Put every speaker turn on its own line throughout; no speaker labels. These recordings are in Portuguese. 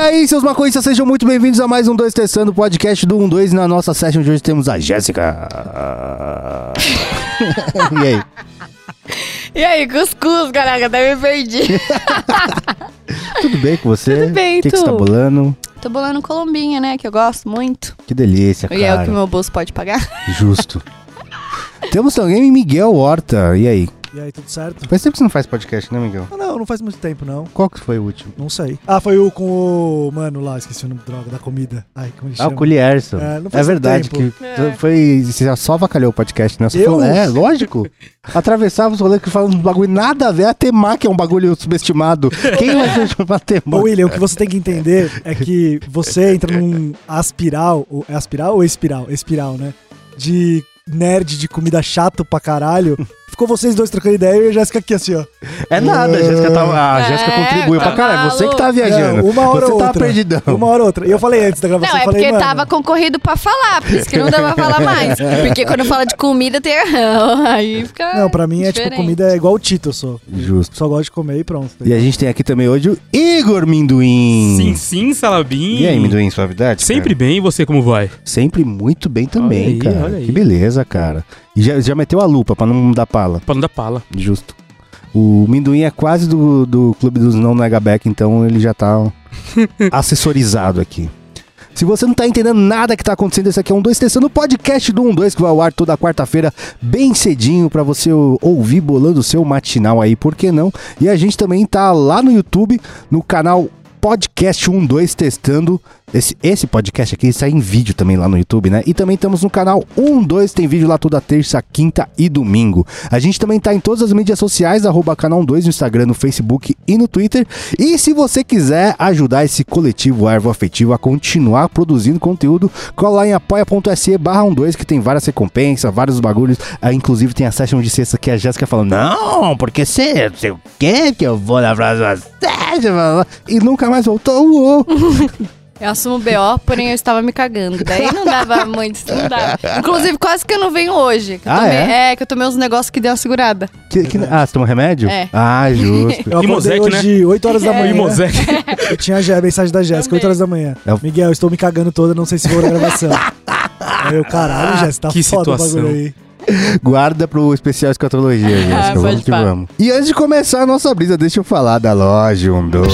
aí, seus maconhistas, sejam muito bem-vindos a mais um 2 Testando, podcast do 12. Na nossa session de hoje temos a Jéssica. e aí?
E aí, cuscuz, caraca, até me perdi.
Tudo bem com você?
Tudo bem,
O que, que
tu?
você tá bolando?
Tô bolando colombinha, né? Que eu gosto muito.
Que delícia, cara.
E é o que meu bolso pode pagar.
Justo. temos também Miguel Horta. E aí?
E aí, tudo certo?
Faz tempo que você não faz podcast, né, Miguel?
Ah, não, não faz muito tempo, não.
Qual que foi o último?
Não sei. Ah, foi o com o. Mano lá, esqueci o nome droga, da comida. Ai, como ele
Ah,
chama?
o Culierson.
É, não
É,
faz
verdade,
tempo.
que
É.
foi. Você só avacalhou o podcast, né? Você
Eu?
falou, é, lógico. Atravessava os rolês que falam um bagulho nada a ver. A Temá, que é um bagulho subestimado. Quem vai chamar Temá?
Ô, William, o que você tem que entender é que você entra num aspiral, ou, é aspiral ou espiral? Espiral, né? De nerd de comida chato pra caralho. Ficou vocês dois trocando ideia e a Jéssica aqui assim, ó.
É nada, a Jéssica, tá, a
É,
Jéssica contribuiu
tá
pra caralho. Você que tá
maluco.
viajando.
Não, É, uma hora
você
ou
tá
outra.
perdidão.
Uma hora ou outra. E eu falei antes da gravação,
não, é
eu falei,
porque
mano,
tava concorrido pra falar, por isso que não dá pra falar mais. Porque quando fala de comida, tem... Aí fica
Não, pra mim é tipo,
diferente.
comida é igual o Tito, eu sou.
Justo.
Só gosto de comer e pronto.
E a gente tem aqui também hoje o Igor Minduim.
Sim, sim, Salabim.
E aí, É. Minduim, suavidade? cara?
Sempre bem, e você como vai?
Sempre muito bem também,
Olha aí,
cara.
olha aí.
Que beleza, cara. E já, já meteu a lupa pra não dar pala.
Pra não dar pala.
Justo. O Minduim é quase do, do Clube dos Não Nagaback, então ele já tá assessorizado aqui. Se você não tá entendendo nada que tá acontecendo, esse aqui é um 2 testando o podcast do 12 que vai ao ar toda quarta-feira, bem cedinho, pra você o- ouvir bolando o seu matinal aí, por que não? E a gente também tá lá no YouTube, no canal Podcast 12 Testando. Esse, esse podcast aqui sai em vídeo também lá no YouTube, né? E também estamos no canal 12, tem vídeo lá toda terça, quinta e domingo. A gente também tá em todas as mídias sociais, arroba canal 2 no Instagram, no Facebook e no Twitter. E se você quiser ajudar esse coletivo Ervo Afetivo a continuar produzindo conteúdo, cola lá em apoia.se barra 12 que tem várias recompensas, vários bagulhos. Ah, inclusive tem a session de sexta que a Jéssica falou, não, porque você não sei o que que eu vou na próxima session. blá, blá, blá." E nunca mais voltou. Uou.
Eu assumo BO, porém eu estava me cagando. Daí não dava muito, não dava. Inclusive, quase que eu não venho hoje. que eu
Ah,
tomei-
é?
que eu tomei uns negócios que deu uma segurada.
Que- que- ah, você tomou remédio?
É.
Ah, justo.
Eu acordei
Imosec,
hoje, 8 horas da manhã.
Mosec.
Eu tinha já a mensagem da Jéssica, 8 horas da manhã.
Eu-
Miguel, estou me cagando toda, não sei se vou na gravação. Aí eu, caralho, Jéssica, tá
Que
foda o
situação.
bagulho aí.
Guarda pro especial escatologia,
pode
Jéssica. vamos que
pá.
vamos. E antes de começar a nossa brisa, deixa eu falar da loja 1, 2.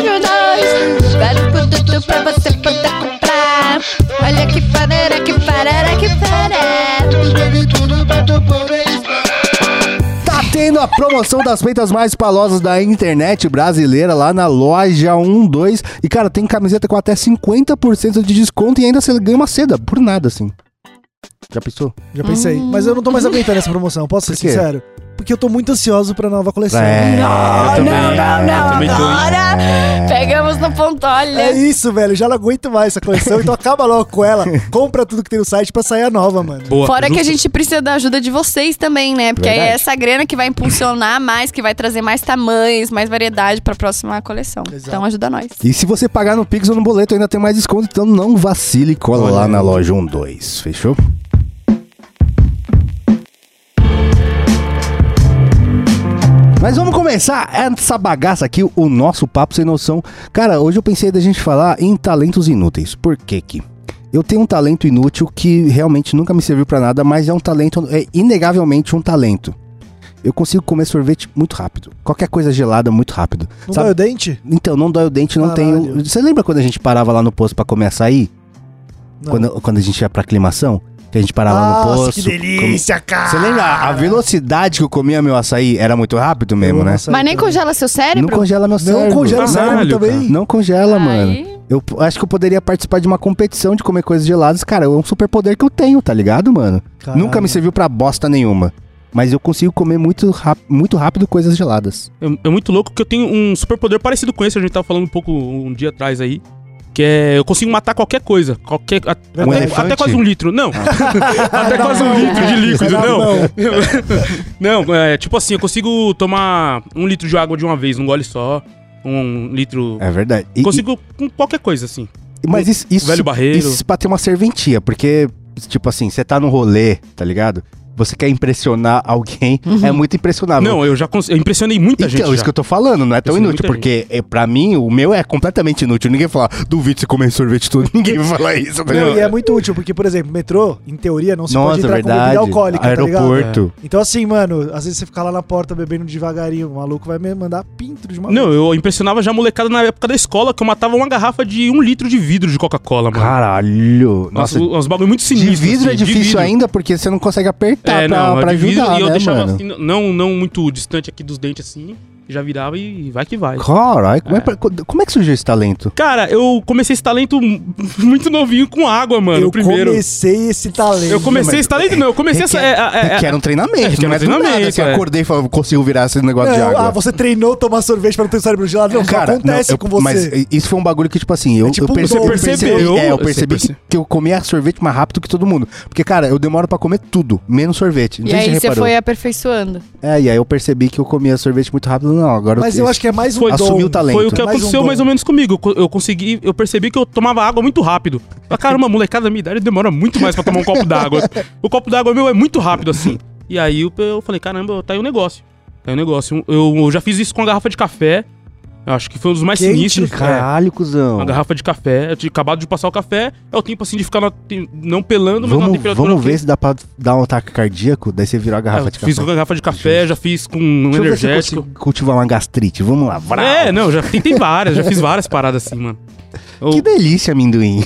Relógio dois, Vários produtos pra você poder comprar. Olha que farera, que farera, que farera.
Tá tendo a promoção das peitas mais palosas da internet brasileira lá na loja 1, 2. E, cara, tem camiseta com até 50% de desconto e ainda você ganha uma seda, por nada, assim. Já pensou?
Já pensei.
Ah.
Mas eu não tô mais aguentando essa promoção, posso ser
Por quê? É.
sincero? Porque eu tô muito ansioso pra nova coleção.
eu também-
não, não, não,
eu também tô em-
agora pegamos no ponto,
É
olha.
isso, velho. Já não aguento mais essa coleção, então acaba logo com ela. Compra tudo que tem no site pra sair a nova, mano.
Boa.
Fora que a
justo.
gente precisa da ajuda de vocês também, né? Porque aí é
Verdade.
essa grana que vai impulsionar mais, que vai trazer mais tamanhos, mais variedade pra próxima coleção.
Exato.
Então ajuda nós.
E se você pagar no Pix ou no boleto, ainda tem mais desconto, então não vacile e cola lá na loja 1, 2. Fechou? Mas vamos começar essa bagaça aqui, o nosso papo sem noção. Cara, hoje eu pensei da gente falar em talentos inúteis. Por que que? Eu tenho um talento inútil que realmente nunca me serviu pra nada, mas é um talento, é inegavelmente um talento. Eu consigo comer sorvete muito rápido. Qualquer coisa gelada muito rápido.
Não dói o dente?
Então, não dói o dente, não
Caralho.
tem. o- Você lembra quando a gente parava lá no posto pra comer açaí?
Não.
Quando, quando a gente ia pra aclimação? Que a gente parava
Nossa,
lá no posto.
que delícia, cara!
come- Você lembra? A velocidade que eu comia meu açaí era muito rápido mesmo,
Eu
né?
amo açaí
Mas nem
também.
congela seu
Não
cérebro?
congela meu cérebro.
Não congela o
Caralho,
cérebro
cara.
também.
Não congela, mano.
Aí-
Eu p- acho que eu poderia participar de uma competição de comer coisas geladas. Cara, é um superpoder que eu tenho, tá ligado, mano?
Caralho.
Nunca me serviu pra bosta nenhuma. Mas eu consigo comer muito, rap- muito rápido coisas geladas.
É, é muito louco que eu tenho um superpoder parecido com esse, a gente tava falando um pouco um dia atrás aí. Que é. Eu consigo matar qualquer coisa. Qualquer. a-
Um
até,
elefante? Ah.
até quase um litro. Não. até
Na
quase um
mão.
litro de líquido,
Na
não.
mão.
Não, é tipo assim, eu consigo tomar um litro de água de uma vez, um gole só. Um litro.
É verdade. E- e-
Consigo com qualquer coisa, assim.
Mas isso, isso,
Velho Barreiro.
isso pra ter uma serventia, porque, tipo assim, você tá no rolê, tá ligado? você quer impressionar alguém, é muito impressionável.
Não, eu já cons- eu impressionei muita
Então,
gente.
isso
já.
que eu tô falando, não é tão
Impressiona
inútil, porque
muita
é, pra mim o meu é completamente inútil. Ninguém fala, duvido se comer sorvete todo. Ninguém vai falar isso, tá
Não,
ligado?
e é muito útil, porque, por exemplo, metrô, em teoria, não se pode
Nossa,
entrar com
verdade.
bebida alcoólica, tá ligado?
Aeroporto.
Então, assim, mano, às vezes você fica lá na porta bebendo devagarinho, o maluco vai me mandar pinto de uma
Não,
vez.
eu impressionava já a molecada na época da escola que eu matava uma garrafa de um litro de vidro de Coca-Cola, mano.
Caralho.
Nossa,
Nossa,
uns bagulho muito
de
sinistro.
vidro
assim,
é
de
difícil
vidro.
ainda porque você não consegue apertar
É,
pra,
não,
pra
é de vidro
ajudar,
e eu
né,
deixava
mano?
assim, não, não muito distante aqui dos dentes assim, já virava e vai que vai.
Caralho, como é, pra- como é que surgiu esse talento?
Cara, eu comecei esse talento m- muito novinho com água, mano,
eu
primeiro.
comecei esse talento.
Eu comecei esse talento, não, eu comecei essa... É, é, é-
que era um treinamento,
é, requer
não
um
é do nada.
treinamento,
Assim,
é.
eu acordei e falei, consigo virar esse negócio de
Não,
água.
ah, você treinou tomar sorvete pra não ter o cérebro gelado? Não,
Cara,
cara, acontece
não, eu-
com você.
Mas isso foi um bagulho que, tipo assim, eu,
tipo
eu
um
percebi, eu
dom.
Você
percebi-
percebeu?
é, eu
Você
percebi que,
perce-
que eu comia sorvete mais rápido que todo mundo. Porque, cara, eu demoro pra comer tudo, menos sorvete. Não
E
sei se
aí você
reparou.
foi aperfeiçoando.
É, e aí eu percebi que eu comia sorvete muito rápido. Não, agora
Mas eu acho que é mais um
Foi-
dom.
assumiu o talento.
Foi o que
Mais um
aconteceu
dom.
mais ou menos comigo. Eu co- Eu consegui, eu percebi que eu tomava água muito rápido. Ah, Caramba, molecada da minha idade demora muito mais pra tomar um copo d'água. O copo d'água meu é muito rápido assim. E aí eu, eu falei, caramba, tá aí um negócio. Tá aí um negócio. Eu, eu já fiz isso com a garrafa de café. Eu acho que foi um dos mais
Quente,
sinistros. É.
Caralho, cuzão.
Uma garrafa de café, eu tinha acabado de passar o café, é o tempo assim de ficar na te- não pelando, mas na
Vamos,
temperatura.
vamos
ok.
ver se dá pra dar um ataque cardíaco, daí você virou a
É,
garrafa de
eu fiz com
café.
a garrafa de café, já fiz com um
Deixa eu ver se eu
energético.
consigo cultivar uma gastrite. Vamos lá. Vrau.
É, não, já tentei várias, já fiz várias paradas assim, mano. Eu-
Que delícia, amendoim.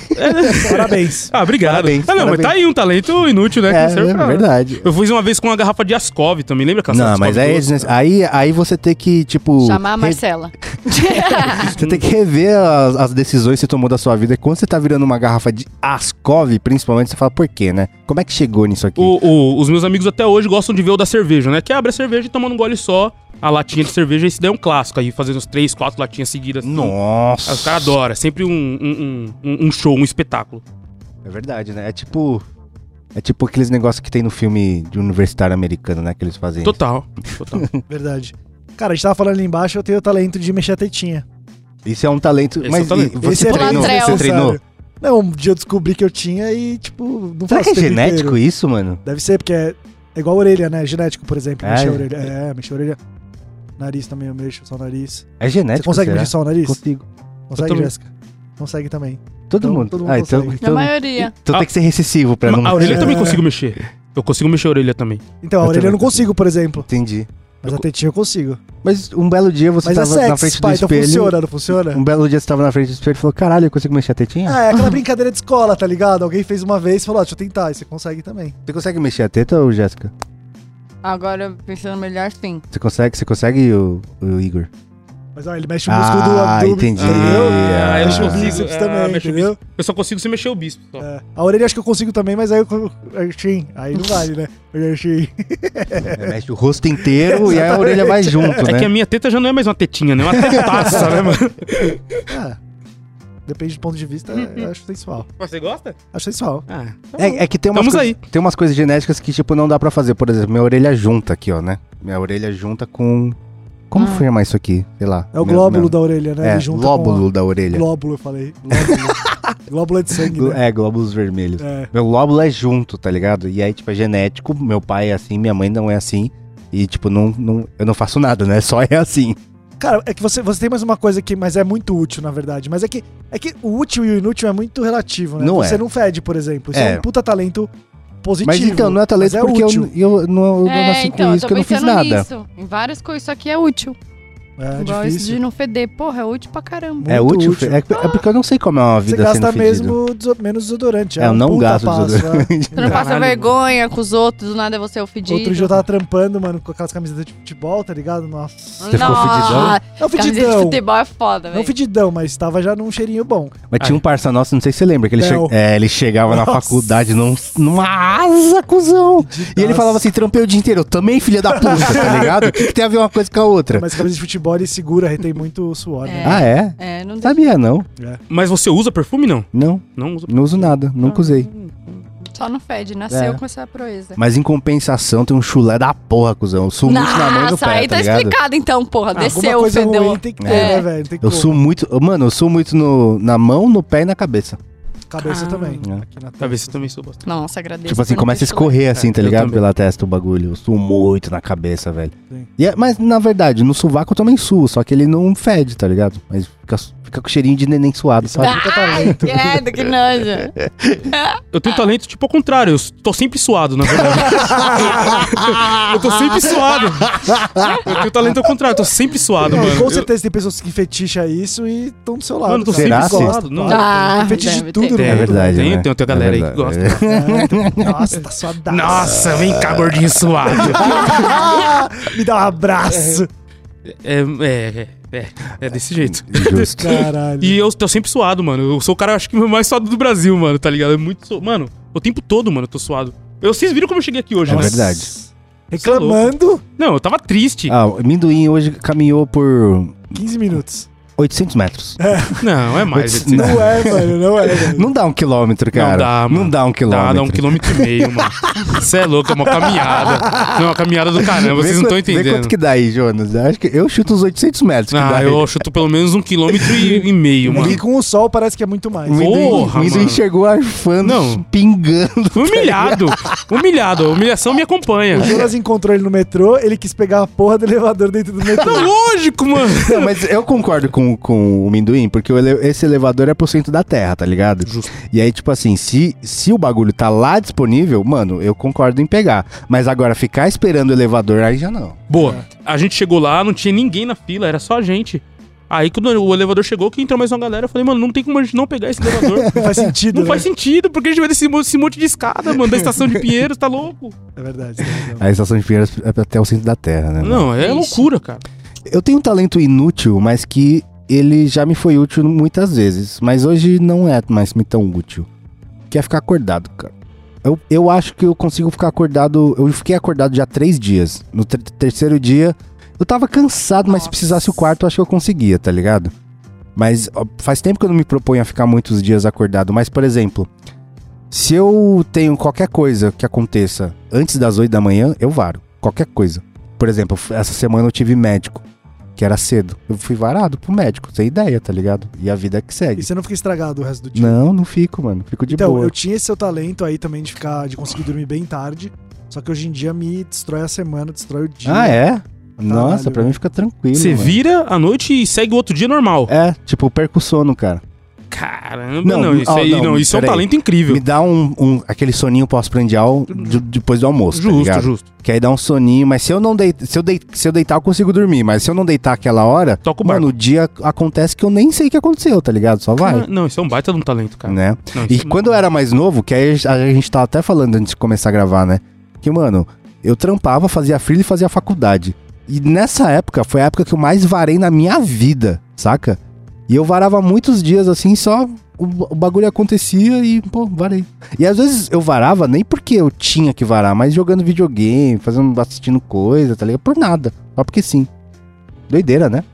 Parabéns.
Ah, obrigado.
Parabéns,
ah, não,
parabéns.
mas tá aí um talento inútil, né? que
É,
não serve
é
pra-
verdade.
Eu fiz uma vez com uma garrafa de Ascov também, lembra? aquelas
Não,
Ascov
mas aí,
doces?
aí, aí você tem que, tipo.
Chamar a
re-
Marcela.
Você tem que rever as, as decisões que você tomou da sua vida. E Quando você tá virando uma garrafa de Ascov, principalmente, você fala, por quê, né? Como é que chegou nisso aqui?
O- o- os meus amigos até hoje gostam de ver o da cerveja, né? Que abre a cerveja e toma num gole só a latinha de cerveja. Esse daí é um clássico. Aí fazendo uns três, quatro latinhas seguidas. assim.
Nossa.
Aí os caras adoram. É sempre um, um- um- um show, um espetáculo.
É verdade, né? É tipo. É tipo aqueles negócios que tem no filme de universitário americano, né? Que eles fazem.
Total. Total.
Verdade. Cara, a gente tava falando ali embaixo, eu tenho o talento de mexer a tetinha.
Isso é um talento.
Esse é
mas
um talento.
e- você
é
treinou?
bem
Você
necessário.
treinou?
Não, um dia eu descobri que eu tinha e, tipo, não
Será
faço
que é
o tempo
genético
inteiro.
isso, mano?
Deve ser, porque é, é igual a orelha, né? Genético, por exemplo.
É?
Mexer a orelha. É, mexer a orelha. Nariz também, eu mexo só o nariz.
É
Você
genético.
consegue
será?
mexer só o nariz?
Consigo.
Consegue,
também.
Jéssica? Consegue também.
Todo
Então,
mundo.
todo mundo
ah, então,
consegue.
Na
então,
maioria.
então tem que ser recessivo pra não.
a orelha eu também
É.
consigo mexer. Eu consigo mexer a orelha também.
Então, a
Eu
orelha eu não
também.
consigo, por exemplo.
Entendi.
Mas a tetinha eu consigo.
Mas um belo dia você
Mas é
tava na frente
sexo,
do
pai. Então
espelho.
funciona, não funciona?
Um belo dia você tava na frente do espelho e falou: Caralho, eu consigo mexer a tetinha?
Ah, é aquela brincadeira de escola, tá ligado? Alguém fez uma vez e falou, ó, deixa eu tentar. E você consegue também.
Você consegue mexer a teta, ô, Jéssica?
Agora, pensando melhor, sim.
Você consegue, você consegue, o, o Igor?
Mas ó, ele mexe Tipo o músculo do
Ah,
abdômen.
entendi.
Entendeu?
Ah,
eu
mexe o
consigo.
bíceps
Ah,
também,
mexe o
entendeu?
Eu só consigo se mexer o bispo. só.
É. A orelha acho que eu consigo também, mas aí eu. Enfim, aí não vale, né? Eu achei.
É, mexe o rosto inteiro e aí a orelha vai junto,
É
né?
que a minha teta já não é mais uma tetinha, né? É uma tetaça, né, mano?
Ah, depende do ponto de vista,
Uhum.
eu acho sensual.
Você gosta?
Acho sensual.
Ah, tá bom.
É, é que tem umas,
Estamos
coisas-
aí.
tem umas coisas genéticas que, tipo, não dá pra fazer. Por exemplo, minha orelha junta aqui, ó, né? Minha orelha junta com. Como
Ah.
foi chamar isso aqui? Sei lá.
É o
Meu-
glóbulo
meu-
da orelha, né?
É,
Ele junta com a-
glóbulo da orelha.
Glóbulo, eu falei. Glóbulo. glóbulo é de sangue,
Glo-
né?
É, glóbulos vermelhos.
É.
Meu glóbulo é junto, tá ligado? E aí, tipo, é genético. Meu pai é assim, minha mãe não é assim. E, tipo, não, não, eu não faço nada, né? Só é assim.
Cara, é que você, você tem mais uma coisa que, mas é muito útil, na verdade. Mas é que, é que o útil e o inútil é muito relativo, né?
Não
você
é.
não fede, por exemplo. Isso é,
É.
um puta talento positivo.
Mas então, não é talento
mas
porque eu,
útil.
eu não, eu não
É,
nasci
então,
assim, com
eu
isso,
tô
que eu não fiz
pensando
nada.
nisso. Em várias coisas, isso aqui é útil.
É
Igual isso
difícil.
de não feder. Porra, é útil pra caramba.
É
Muito
útil?
útil.
É, é porque eu não sei como é uma
Você
vida
gasta
sendo fedido.
mesmo deso- menos desodorante.
É, eu
um
não
puta
gasto
passo,
desodorante.
Você não passa
Caralho,
vergonha com os outros, do nada é você o
é.
fedido.
Outro dia eu tava trampando, mano, com aquelas camisetas de futebol, tá ligado? Nossa.
Você ficou
Nossa, camiseta
Não
de
fedidão.
futebol é foda,
Não
velho.
fedidão, mas tava já num cheirinho bom.
Mas tinha um parça nosso, não sei se você lembra, que ele, che-
Léo.
é, ele chegava na
Nossa.
faculdade num- numa asa, cuzão. E ele falava assim, trampei o dia inteiro. Eu também, filha da puta, tá ligado? O que, que tem a ver uma coisa com a outra?
Mas camisa de futebol ele segura, retém muito o suor, né?
Ah, é?
É, não dá.
Sabia, não.
Mas você usa perfume, não?
Não,
Não usa
não uso nada, nunca usei.
Só não fede. Nasceu
É.
com essa proeza.
Mas em compensação, tem um chulé da porra, cuzão. Eu suo muito na mão e no
Nossa,
pé,
aí
tá
tá
ligado? Ah,
explicado então, porra.
Ah, Alguma
Desceu,
coisa
fedeu.
ruim tem que ter,
É.
né, velho? Não tem
Eu
como.
suo muito... Mano, eu suo muito no- na mão, no pé e na cabeça.
Cabeça
Ah.
também.
É.
Aqui na
Talvez
testa.
você também sou bastante.
Nossa, agradeço.
Tipo assim,
por não
começa a
ter chulé.
escorrer assim, tá
É, eu
ligado?
também.
Pela testa o bagulho. Eu suo muito na cabeça, velho.
Sim.
E é- mas, na verdade, no sovaco eu também suo, só que ele não fede, tá ligado? Mas fica, fica com cheirinho de neném suado, sabe?
Ah! Ai, credo, que nojo.
Eu tenho talento, tipo, ao contrário. Eu s- tô sempre suado, na verdade. eu tô sempre suado. Eu tenho talento ao contrário. Eu tô sempre suado,
Não,
mano.
É, com
Eu-
certeza tem pessoas que feticha isso e estão do seu lado.
Mano, eu tô
cara.
Será,
sempre
Cê?
suado. Não,
Ah,
Fetiche de
deve
tudo,
ter.
É
né?
verdade,
Tem,
né?
tem outra
É
galera aí que
verdade.
Nossa, tá suadaço.
Nossa, vem cá, gordinho suado.
Me dá um abraço.
é, é, é, é, é desse jeito.
Justo.
Caralho.
E é eu tô sempre suado, mano. Eu sou o cara, acho que, mais suado do Brasil, mano, tá ligado? É muito su... Mano, o tempo todo, mano, eu tô suado. Eu, vocês viram como eu cheguei aqui hoje,
É
né?
verdade.
Reclamando,
Não, eu tava triste.
Ah, o amendoim hoje caminhou por
15 minutos.
800 metros.
Não, é mais.
Putz,
é
Não é, mano, não é. velho.
Não dá um quilômetro, cara.
dá, mano.
Não dá um quilômetro.
Dá, dá um quilômetro e meio, mano. Você é louco, é uma caminhada. Não, é uma caminhada do caramba, vocês
Vê
não estão
quanto- Vê
entendendo.
quanto que dá aí, Jonas. Acho que eu chuto uns 800 metros. Que
Ah,
dá
eu chuto pelo menos um quilômetro e, e meio,
É
mano.
que com o sol parece que é muito mais.
O amendoim,
Porra,
o amendoim
mano.
chegou arfando,
Não.
pingando.
Fui humilhado, humilhado. A humilhação me acompanha.
O Jonas encontrou ele no metrô, ele quis pegar a porra do elevador dentro do metrô.
Não, lógico, mano.
Não, mas eu concordo com, com o amendoim, porque o ele- esse elevador é pro centro da Terra, tá ligado?
Justo.
E aí, tipo assim, se, se o bagulho tá lá disponível, mano, eu concordo em pegar. Mas agora, ficar esperando o elevador, aí já não.
Boa. A gente chegou lá, não tinha ninguém na fila, era só a gente. Aí quando o elevador chegou, que entrou mais uma galera, eu falei, mano, não tem como a gente não pegar esse elevador.
Não faz sentido,
não
né?
faz sentido, porque a gente vai desse mo- esse monte de escada, mano, da estação de Pinheiros, tá louco?
É verdade. você tem razão.
A estação de Pinheiros é até o centro da Terra, né? mano?
Não, é
Isso.
loucura, cara.
Eu tenho um talento inútil, mas que ele já me foi útil muitas vezes. Mas hoje não é mais me tão útil. Que é ficar acordado, cara. Eu, eu acho que eu consigo ficar acordado. Eu fiquei acordado já três dias. No ter- terceiro dia, eu tava cansado, mas se
Nossa.
precisasse o quarto, eu acho que eu conseguia, tá ligado? Mas ó, faz tempo que eu não me proponho a ficar muitos dias acordado. Mas, por exemplo, se eu tenho qualquer coisa que aconteça antes das 8 da manhã, eu varo. Qualquer coisa. Por exemplo, f- essa semana eu tive médico, que era cedo. Eu fui varado pro médico, sem ideia, tá ligado? E a vida é que
E
segue.
você não fica estragado o resto do dia.
Não, não fico, mano. Fico de
então,
boa.
eu tinha esse seu talento aí também de ficar, de conseguir dormir bem tarde. Só que hoje em dia me destrói a semana, destrói o dia.
Ah, é? Nossa, pra
velho.
mim fica tranquilo.
Você
mano.
vira à noite e segue o outro dia normal.
É, tipo, eu perco o sono, cara.
Caramba,
Não,
não, isso
ó,
aí,
não,
não, isso é um
peraí.
talento incrível.
Me dá um, um- aquele soninho pós-prandial de- depois do almoço, tá
Justo,
ligado?
justo.
Que aí dá um soninho, mas se eu não deitar, se, eu dei- se eu deitar, eu consigo dormir. Mas se eu não deitar aquela hora,
Toca o
mano,
barco.
o dia acontece que eu nem sei o que aconteceu, tá ligado? Só vai.
Cara, Não, isso é um baita de um talento, cara.
Né?
Não,
E
isso- é
quando eu era mais novo, que aí a gente tava até falando antes de começar a gravar, né? Que, mano, eu trampava, fazia frio e fazia faculdade. E nessa época, foi a época que eu mais varei na minha vida, saca? E eu varava muitos dias assim, só o, o bagulho acontecia e, pô, varei. E às vezes eu varava nem porque eu tinha que varar, mas jogando videogame, fazendo, assistindo coisa, tá ligado? Por nada. Só porque sim. Doideira, né?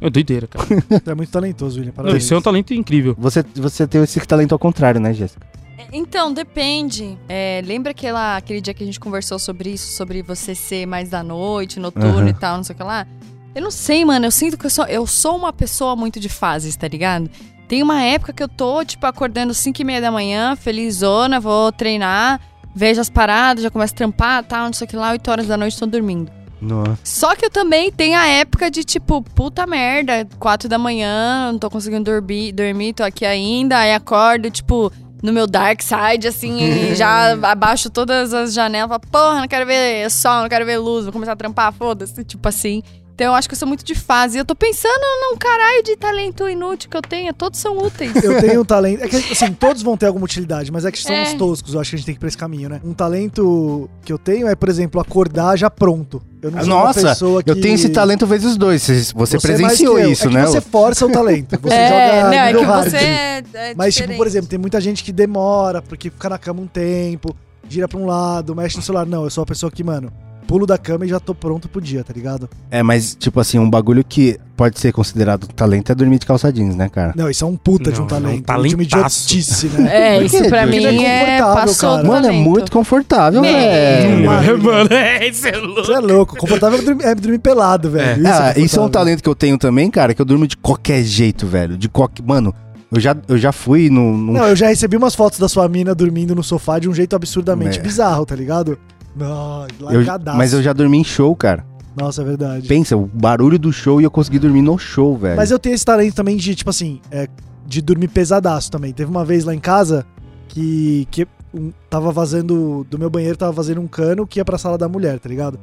É doideira, cara.
Você é muito talentoso, William.
Não,
Parabéns.
isso é um talento incrível.
Você, você tem esse talento ao contrário, né, Jéssica?
Então, depende. É, lembra aquela, aquele dia que a gente conversou sobre isso, sobre você ser mais da noite, noturno
Aham.
e tal, não sei o que lá? Eu não sei, mano. Eu sinto que eu sou, eu sou uma pessoa muito de fases, tá ligado? Tem uma época que eu tô, tipo, acordando 5 e meia da manhã, felizona, vou treinar, vejo as paradas, já começo a trampar, tal, não sei o que lá, 8 horas da noite tô dormindo.
Nossa.
Só que eu também tenho a época de tipo, puta merda, quatro da manhã, não tô conseguindo dormir, dormir, tô aqui ainda, aí acordo, tipo, no meu dark side, assim, e já abaixo todas as janelas, falo, porra, não quero ver sol, não quero ver luz, vou começar a trampar, foda-se, tipo assim. Então eu acho que eu sou muito de fase. Eu tô pensando num caralho de talento inútil que eu tenho, todos são úteis.
Eu tenho um talento. É que, assim, todos vão ter alguma utilidade, mas é que são
É.
os toscos. Eu acho que a gente tem que ir pra esse caminho, né? Um talento que eu tenho é, por exemplo, acordar já pronto. Eu não sou uma
Nossa,
pessoa que.
eu tenho esse talento vezes dois. Cês- Você,
é mais
presenciou
que eu.
isso,
é que
né?
Você força o talento. Você
é,
joga.
não, é
nível
que
hard.
você é, é
Mas, tipo, por
diferente.
exemplo, tem muita gente que demora, porque fica na cama um tempo, gira pra um lado, mexe no celular. Não, eu sou uma pessoa que, mano, pulo da cama e já tô pronto pro dia, tá ligado?
É, mas, tipo assim, um bagulho que pode ser considerado talento é dormir de calça jeans, né, cara?
Não, isso é um puta de um
Não, é um
talento.
talentaço.
de uma idiotice, né?
É,
Por quê,
isso pra
Júlia?
mim
Porque é
é,
confortável,
passou
cara.
do
Mano, é
talento.
muito confortável,
Meu.
velho.
Não,
É, mano, é, isso é louco.
Você é louco. Confortável é dormir, é dormir pelado, velho.
Ah, isso é um
confortável.
talento que eu tenho também, cara, que eu durmo de qualquer jeito, velho. De qualquer. Mano, Eu já, eu já fui num. num-
Não, eu já recebi umas fotos da sua mina dormindo no sofá de um jeito absurdamente
É.
bizarro, tá ligado? Não,
eu-
largadaço.
mas eu já dormi em show, cara.
Nossa, é verdade.
Pensa, o barulho do show e eu consegui dormir no show, velho.
Mas eu tenho esse talento também de, tipo assim, é, de dormir pesadaço também. Teve uma vez lá em casa que, que um- tava vazando, do meu banheiro tava vazando um cano que ia pra sala da mulher, tá ligado?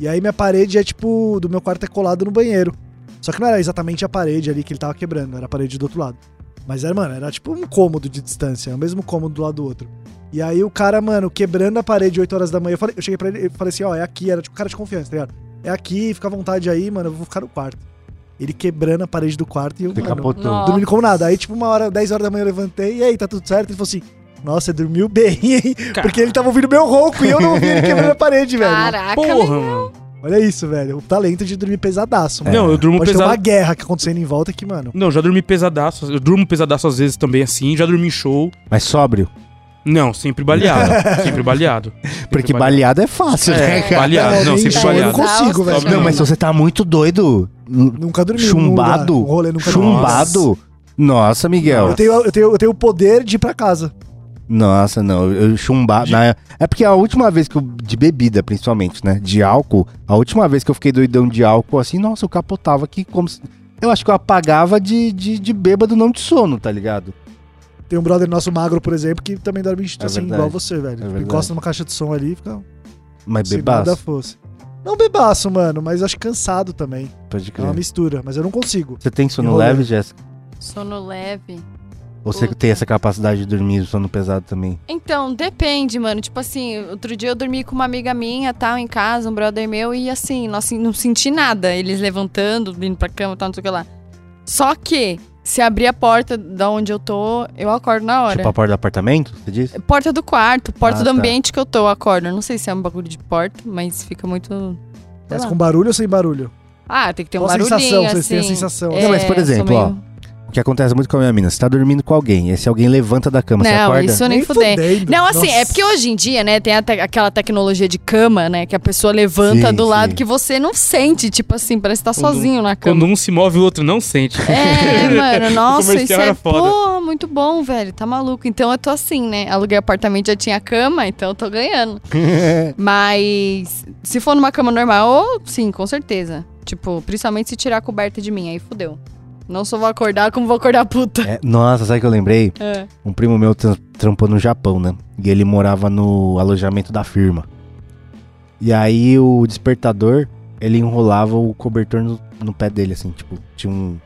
E aí minha parede é tipo, do meu quarto é colado no banheiro. Só que não era exatamente a parede ali que ele tava quebrando, era a parede do outro lado. Mas era, mano, era tipo um cômodo de distância, o mesmo cômodo do lado do outro. E aí o cara, mano, quebrando a parede 8 horas da manhã, eu, falei, eu cheguei pra ele e falei assim, ó, é aqui, era tipo cara de confiança, tá ligado? É aqui, fica à vontade aí, mano, eu vou ficar no quarto. Ele quebrando a parede do quarto e eu,
Você
mano,
capotou.
Nossa.
dormindo como nada. Aí, tipo, uma hora, 10 horas da manhã eu levantei, e aí, tá tudo certo? Ele falou assim, nossa, você dormiu bem, hein? Porque ele tava ouvindo meu ronco e eu não ouvi ele quebrando a parede, velho.
Caraca, né?
Porra,
velho.
mano.
Olha isso, velho, o talento de dormir pesadaço,
É.
mano.
Não, eu durmo
Pode ter uma
pesado.
guerra que acontecendo em volta aqui, mano.
Não, já dormi pesadaço. Eu durmo pesadaço às vezes também assim. Já dormi em show.
Mas sóbrio.
Não, sempre baleado. sempre baleado. Sempre
Porque
baleado.
baleado é fácil, né,
É,
cara?
baleado. Não,
nem
sempre
show tá, eu não
baleado.
consigo, velho.
Não,
Não, mas se você tá muito doido,
Nunca dormi. num
chumbado,
lugar, num né? rolê, nunca dormi.
chumbado. Nossa, Miguel.
Eu tenho, eu, tenho, eu tenho o poder de ir pra casa.
Nossa, não, eu chumbado. É porque a última vez que eu. De bebida, principalmente, né? De álcool. A última vez que eu fiquei doidão de álcool, assim, nossa, eu capotava aqui como se. Eu acho que eu apagava de, de, de bêbado, não de sono, tá ligado?
Tem um brother nosso magro, por exemplo, que também dorme em
É
instituição
verdade.
igual você, velho. Tipo,
verdade.
encosta numa caixa de som ali e fica
Mas
se nada
bebaço,
fosse. Não bebaço, mano, mas acho cansado também.
pode
É uma
crer.
mistura, mas eu não consigo.
Você tem sono
Eu-
leve, Jéssica?
Sono leve.
Ou você
Puta.
tem essa capacidade de dormir sono pesado também?
Então, depende, mano. Tipo assim, outro dia eu dormi com uma amiga minha, tal, em casa, um brother meu, e assim, nossa, não senti nada. Eles levantando, vindo pra cama, tal, não sei o que lá. Só que, se abrir a porta da onde eu tô, eu acordo na hora.
Tipo a porta do apartamento, você disse?
Porta do quarto, porta
Ah,
do
tá.
ambiente que eu tô, eu acordo. Eu Não sei se é um bagulho de porta, mas fica muito. sei
Mas
lá.
com barulho ou sem barulho?
Ah, tem que ter um
Qual a
barulhinho,
sensação?
assim. É,
Vocês têm a sensação?
Não, mas, por
eu sou
exemplo, ó, O que acontece muito com a minha mina, você tá dormindo com alguém, e se alguém levanta da cama, você
Não,
acorda?
isso eu nem fudei.
fudendo.
Não, assim,
Nossa.
é porque hoje em dia, né, tem a te- aquela tecnologia de cama, né, que a pessoa levanta
Sim,
do lado
sim.
que você não sente, tipo assim, parece estar
Quando-
sozinho na cama.
Quando um se move, o outro não sente.
É, mano, nossa, isso
comercial
é
era foda.
porra, muito bom, velho, tá maluco. Então eu tô assim, né, aluguei apartamento, já tinha cama, então eu tô ganhando. Mas se for numa cama normal, ô, sim, com certeza. Tipo, principalmente se tirar a coberta de mim, aí fudeu. Não só vou acordar, como vou acordar puta.
É, nossa, sabe o que eu lembrei?
É.
Um primo meu tran- trampou no Japão, né? E ele morava no alojamento da firma. E aí o despertador, ele enrolava o cobertor no, no pé dele, assim, tipo, tinha um.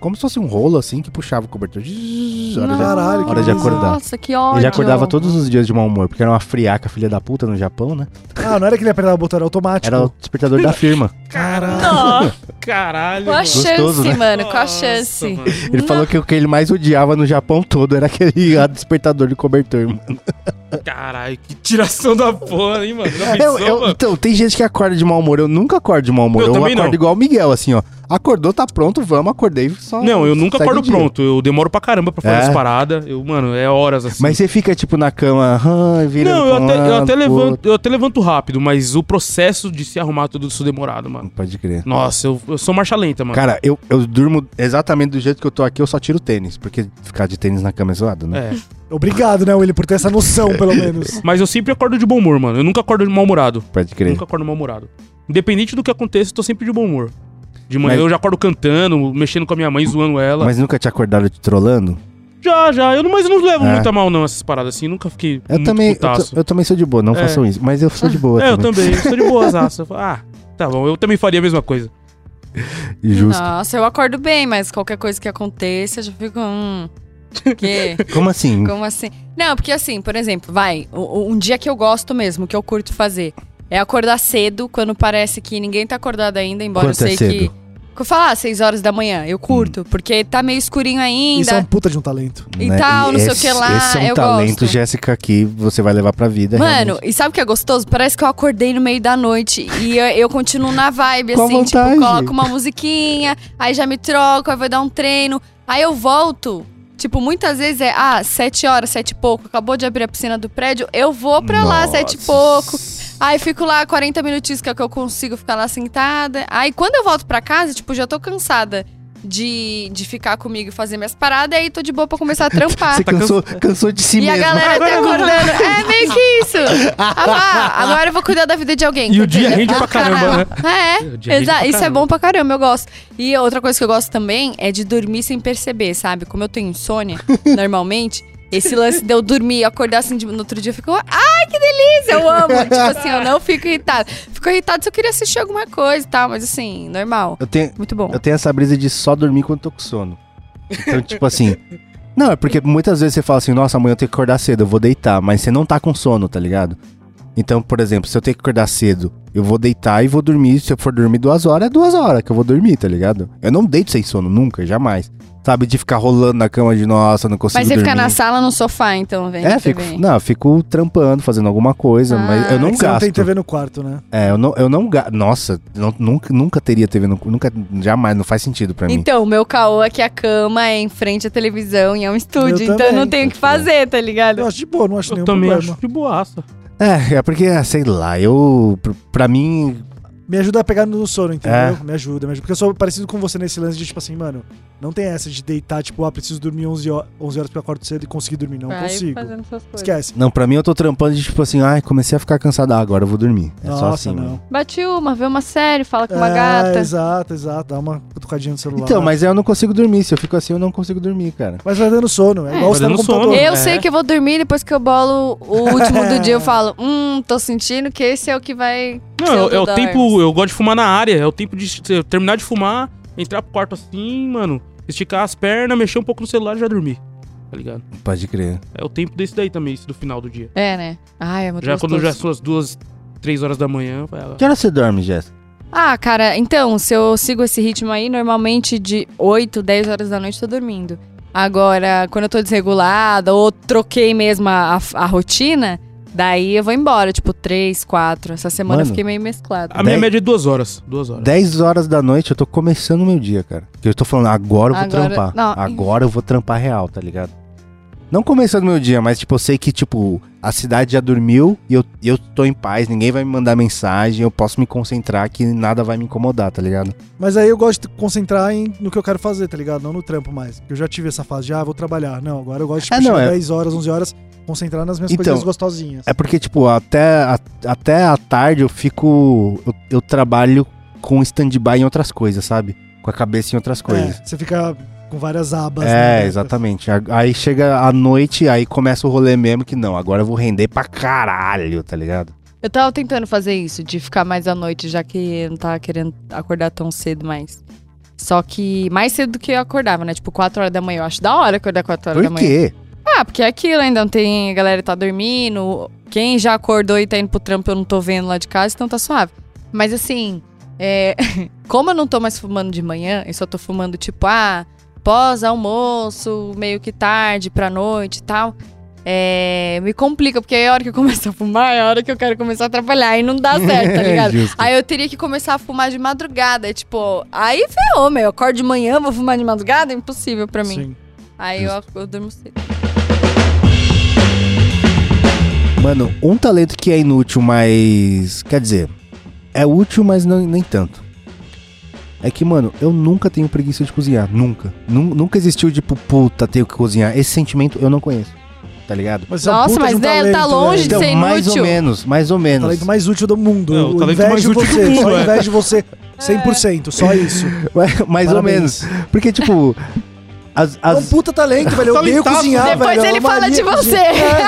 Como se fosse um rolo assim que puxava o cobertor. Zzz, hora de-
Caralho, que
hora de acordar.
Nossa, que ódio.
Ele acordava todos os dias de mau humor, porque era uma friaca filha da puta no Japão, né?
Ah, não era que ele apertava o botão, era automático.
Era o despertador da firma.
Nossa,
Caralho.
Qual a
mano.
chance,
Gostoso, né?
mano? Qual a
Nossa,
chance?
mano.
Ele falou que o que ele mais odiava no Japão todo era aquele despertador de cobertor, mano.
Caralho, que tiração da porra, hein, mano? Já
Eu-
pensou,
eu-
mano?
então, tem gente que acorda de mau humor. Eu nunca acordo de mau humor.
Eu
Eu,
também
acordo
não.
igual o Miguel, assim, ó. Acordou, tá pronto, vamos, acordei. Só
Não, eu nunca
segue o
acordo
dia.
pronto. Eu demoro pra caramba pra fazer
É?
as paradas. Eu, mano, é horas assim.
Mas você fica, tipo, na cama, ah, vira
não, eu
pra um
até, eu,
lado,
até
pro
levanto,
outro.
eu até levanto rápido, mas o processo de se arrumar tudo isso é demorado, mano.
Pode crer.
Nossa, eu, eu sou marcha lenta, mano.
Cara, eu, eu durmo exatamente do jeito que eu tô aqui, eu só tiro o tênis. Porque ficar de tênis na cama é zoado, né?
É.
Obrigado, né, Willy, por ter essa noção, pelo menos.
Mas eu sempre acordo de bom humor, mano. Eu nunca acordo de mal-humorado.
Pode crer.
Nunca acordo mal-humorado. Independente do que aconteça, eu tô sempre de bom humor. De manhã
Mas-
eu já acordo cantando, mexendo com a minha mãe, zoando ela.
Mas nunca te acordaram te trolando?
Já, já. Eu não, mas eu não levo
É.
muito a mal, não, essas paradas assim. Nunca fiquei.
Eu
muito
também. Eu,
putaço.
ta- eu também sou de boa, não
É.
façam isso. Mas eu sou de boa.
É, eu também. Eu sou de boas aço. Ah, tá bom. Eu também faria a mesma coisa.
Justo.
Hum, Nossa, eu acordo bem, mas qualquer coisa que aconteça, eu já fico. Hum, que?
Como assim?
Como assim? Não, porque assim, por exemplo, vai, u- um dia que eu gosto mesmo, que eu curto fazer, é acordar cedo, quando parece que ninguém tá acordado ainda, embora
Quanto
eu
é
sei
cedo? Hum.
que. Vou falar, seis horas da manhã, eu curto, porque tá meio escurinho ainda.
Isso é um puta de um talento.
e
né?
tal, não sei o
Esse-
que lá,
Esse é um
eu
talento,
gosto.
Jéssica, que você vai levar pra vida.
Mano,
realmente.
e sabe o que é gostoso? Parece que eu acordei no meio da noite e eu, eu continuo na vibe,
Com a
assim, tipo,
vontade.
coloco uma musiquinha, aí já me troco, aí vou dar um treino, aí eu volto. Tipo, muitas vezes é, ah, sete horas, sete e pouco, acabou de abrir a piscina do prédio, eu vou pra lá, sete e pouco. Aí fico lá 40 minutinhos, que é o que eu consigo ficar lá sentada. Aí quando eu volto pra casa, tipo, já tô cansada. de, de ficar comigo e fazer minhas paradas, e aí tô de boa pra começar a trampar.
Você cansou, cansou de si
Ah, tá E a
mesmo.
galera
Agora
tá
eu vou-
acordando. É meio que isso. Ah, vá, agora eu vou cuidar da vida de alguém.
E o
tá
dia
entendendo?
rende pra caramba, né? O dia
É,
rende pra
exa- isso é
caramba.
bom pra caramba, eu gosto. E outra coisa que eu gosto também é de dormir sem perceber, sabe? Como eu tenho insônia, normalmente, esse lance de eu dormir e acordar assim de- no outro dia, eu fico, ai, que delícia, eu amo. tipo assim, eu não fico irritada. Fico irritada se eu queria assistir alguma coisa e tal, mas assim, normal.
Eu tenho,
Muito bom.
eu tenho essa brisa de só dormir quando tô com sono. Então, tipo assim. Não, é porque muitas vezes você fala assim, nossa, amanhã eu tenho que acordar cedo, eu vou deitar, mas você não tá com sono, tá ligado? Então, por exemplo, se eu tenho que acordar cedo, eu vou deitar e vou dormir. Se eu for dormir duas horas, é duas horas que eu vou dormir, tá ligado? Eu não deito sem sono, nunca, jamais. Sabe, de ficar rolando na cama de nossa, não consigo
Mas você
dormir.
fica na sala, no sofá, então, vem.
É,
você
fico,
vem.
não, eu fico trampando, fazendo alguma coisa,
Ah.
mas eu não
É que você não
gasto.
tem TV no quarto, né?
É, eu não, eu não ga- Nossa, não- nunca, nunca teria TV no. Nunca, jamais, não faz sentido pra mim.
Então, o meu caô é que a cama é em frente à televisão e é um estúdio, então eu
também.
não tenho o que fazer, tá ligado?
Eu acho de boa, não acho
Eu
nenhum
também
problema.
acho de boaça.
É, é porque, ah, sei lá, eu. pr- Pra mim.
Me ajuda a pegar no sono, entendeu?
É.
Me ajuda, me ajuda. Porque eu sou parecido com você nesse lance de, tipo assim, mano, não tem essa de deitar, tipo, ah, preciso dormir 11 horas, 11 horas porque eu acordo cedo e conseguir dormir. Não
Vai
consigo.
fazendo suas coisas.
Esquece.
Não, pra mim eu tô trampando de tipo assim, ai, comecei a ficar cansado, ah, agora eu vou dormir. É só
Nossa,
assim.
não.
mano.
Bate uma, vê uma série, fala com uma
É,
gata.
Exato, exato. Dá uma cutucadinha no celular. né?
Então, mas eu não consigo dormir. Se eu fico assim, eu não consigo dormir, cara.
Mas vai dando sono. É, igual
vai
você tá no
dando sono.
computador.
Eu
É.
sei que eu vou dormir depois que eu bolo o último do dia. Eu falo, hum, tô sentindo que esse é o que vai. ser
Não, é, é o
do
tempo.
Darwin.
Eu gosto de fumar na área. É o tempo de você terminar de fumar, entrar pro quarto assim, mano, esticar as pernas, mexer um pouco no celular e já dormir. Tá ligado?
Pode crer.
É o tempo desse daí também, esse do final do dia.
É, né? Ai, é muito
Já quando
gostoso.
já são as duas, três horas da manhã, "Ah, vai lá.
Que hora você dorme, Jéssica?
Ah, cara, então, se eu sigo esse ritmo aí, normalmente de 8, 10 horas da noite eu tô dormindo. Agora, quando eu tô desregulada ou troquei mesmo a, a- a rotina, daí eu vou embora, tipo 3, 4. Essa semana eu
Mano.
fiquei meio mesclada.
A minha
Dez-
média é duas horas. Duas horas.
10 horas da noite, eu tô começando o meu dia, cara. Porque eu tô falando, agora eu vou
Agora-
trampar.
não.
Agora eu vou trampar real, tá ligado? Não começando o meu dia, mas tipo, eu sei que, tipo, a cidade já dormiu e eu, e eu tô em paz, ninguém vai me mandar mensagem, eu posso me concentrar que nada vai me incomodar, tá ligado?
Mas aí eu gosto de concentrar em, no que eu quero fazer, tá ligado? Não no trampo mais. Porque eu já tive essa fase de, ah, vou trabalhar. Não, agora eu gosto de
É,
puxar
não, é-
10 horas, 11 horas, concentrar nas minhas
Então,
coisas gostosinhas.
É porque, tipo, até a, até a tarde eu fico. Eu, eu trabalho com stand-by em outras coisas, sabe? Com a cabeça em outras coisas.
É, você fica com várias abas.
É,
né?
exatamente. A- Aí chega a noite, aí começa o rolê mesmo que não, agora eu vou render pra caralho, tá ligado?
Eu tava tentando fazer isso, de ficar mais à noite, já que eu não tava querendo acordar tão cedo mais. Só que mais cedo do que eu acordava, né? Tipo, 4 horas da manhã. Eu acho da hora acordar 4 horas
Por
da manhã.
quê?
Ah, porque é aquilo, ainda não tem. A galera tá dormindo. Quem já acordou e tá indo pro trampo, eu não tô vendo lá de casa, então tá suave. Mas assim, é, como eu não tô mais fumando de manhã, eu só tô fumando tipo, ah, pós-almoço, meio que tarde pra noite e tal. É, me complica, porque aí a hora que eu começo a fumar é a hora que eu quero começar a trabalhar e não dá certo, tá ligado?
Justo.
Aí eu teria que começar a fumar de madrugada. É tipo, aí ferrou, meu. Eu acordo de manhã, vou fumar de madrugada? É impossível pra mim.
Sim.
Aí eu, eu durmo cedo.
Mano, um talento que é inútil, mas. Quer dizer, é útil, mas não- nem tanto. É que, mano, eu nunca tenho preguiça de cozinhar. Nunca. Nun- nunca existiu, tipo, puta, tenho que cozinhar. Esse sentimento eu não conheço. Tá ligado? Então,
Mas isso é um
Nossa,
puta de
mas
um
né,
talento,
tá longe
velho.
de ser
mais ou
inútil.
menos, mais ou
O
menos.
talento mais útil do mundo.
É, o
Eu
talento
invejo
mais útil do
você,
mundo,
só
é.
invejo você 100%, só isso.
mais ou menos.
Parabéns.
Porque, tipo. As,
É um
as...
puta talento, velho. Eu odeio
Talentaço,
cozinhar,
né?
velho.
Depois
É
ele
uma
fala
mania
de
que-
você.
É.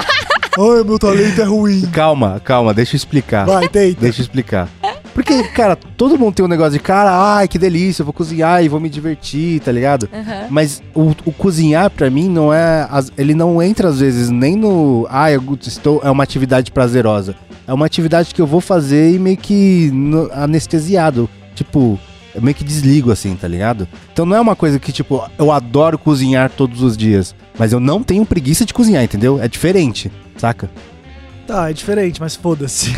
Ai, meu talento é ruim.
Calma, calma, deixa eu explicar.
Vai, tenta.
Ah. Deixa eu explicar. Porque, cara, todo mundo tem um negócio de cara, ai, que delícia, eu vou cozinhar e vou me divertir, tá ligado? Mas o, o cozinhar, pra mim, não é. as- Ele não entra, às vezes, nem no. Ah, eu estou. É uma atividade prazerosa. É uma atividade que eu vou fazer e meio que no- anestesiado. Tipo, eu meio que desligo, assim, tá ligado? Então não é uma coisa que, tipo, eu adoro cozinhar todos os dias. Mas eu não tenho preguiça de cozinhar, entendeu? É diferente, saca?
Tá, é diferente, mas foda-se.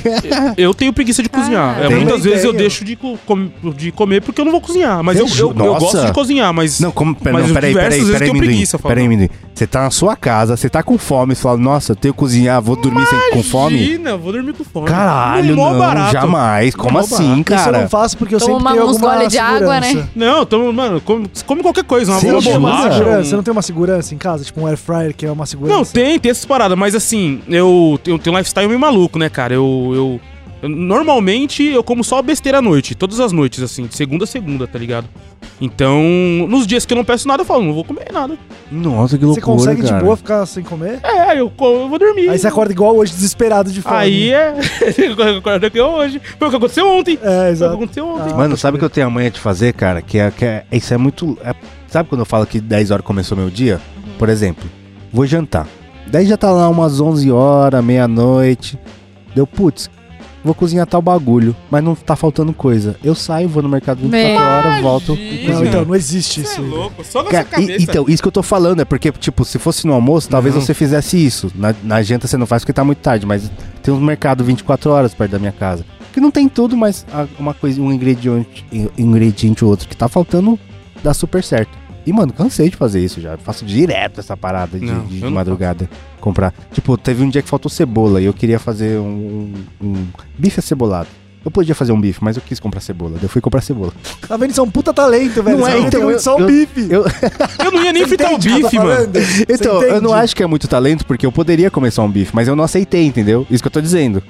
Eu tenho preguiça
Ah,
de cozinhar. É,
Tem
muitas
uma
vezes eu
ideia.
deixo de, co- com- de comer porque eu não vou cozinhar. Mas eu,
Você
eu,
ju-
eu
Nossa.
gosto de cozinhar, mas.
Não, como, pera,
Mas
não, peraí,
diversas
peraí,
vezes eu
peraí,
tenho
Minduim.
preguiça, Fábio.
Peraí, Minduim. Você tá na sua casa, você tá com fome, você fala, nossa, eu tenho que cozinhar, vou dormir sem, com fome?
Imagina, vou dormir com fome. é
Caralho,
Mó
não,
barato. é
jamais. Como
Mó
assim,
Isso eu
cara?
não faço porque eu
Toma
sempre tenho
uns
alguma
gole de água, né?
segurança.
Não, então, mano, come, come qualquer coisa, uma,
Você
uma
jura?
bolacha.
segurança?
um-
Você não tem uma segurança em casa? Tipo um air fryer que é uma segurança?
Não, tem, tem essas paradas, mas assim, eu tenho, tenho um lifestyle meio maluco, né, cara? Eu, eu, eu- Normalmente eu como só besteira à noite, todas as noites, assim, de segunda a segunda, tá ligado? Então, nos dias que eu não peço nada, eu falo, não vou comer nada.
Nossa, que
Você
loucura,
consegue
cara.
de boa ficar sem comer?
É, eu, co- eu vou dormir.
Aí você acorda igual hoje, desesperado de fome.
Aí é. Acorda que hoje. Foi o que aconteceu ontem.
É,
Foi o que
exato.
aconteceu ontem.
Ah.
Mano, sabe o que eu tenho a manha de fazer, cara? Que é, que é- isso é muito. é- sabe quando eu falo que 10 horas começou meu dia? Por exemplo, vou jantar. Daí já tá lá umas 11 horas, meia-noite. Deu, putz, vou cozinhar tal bagulho, mas não tá faltando coisa. Eu saio, vou no mercado 24
Meu.
horas, volto e
Imagina.
Não,
cozinho.
então, não existe
Você
isso.
é louco, só na
Cara,
sua
e-
cabeça.
então, isso que eu tô falando é porque, tipo, se fosse no almoço, talvez
Não.
você fizesse isso. Na, na janta você não faz porque tá muito tarde, mas tem um mercado 24 horas perto da minha casa. Que não tem tudo, mas a- uma coisa, um ingrediente, in- ingrediente ou outro que tá faltando, dá super certo. E, mano, cansei de fazer isso já. Faço direto essa parada de,
Não,
de-
eu
de
não
madrugada. Comprar. Tipo, teve um dia que faltou cebola e eu queria fazer um, um bife acebolado. Eu podia fazer um bife, mas eu quis comprar cebola. Daí Eu fui comprar cebola.
Tá vendo? Isso é um puta talento, velho.
Não
Você
é,
tem
então,
muito
eu-
só o
eu-
bife.
eu-
Eu não ia nem fritar o
Entende que eu tô
bife, mano.
falando? Você
Então, eu não
entende?
acho que é muito talento, porque eu poderia começar um bife, mas eu não aceitei, entendeu? Isso que eu tô dizendo.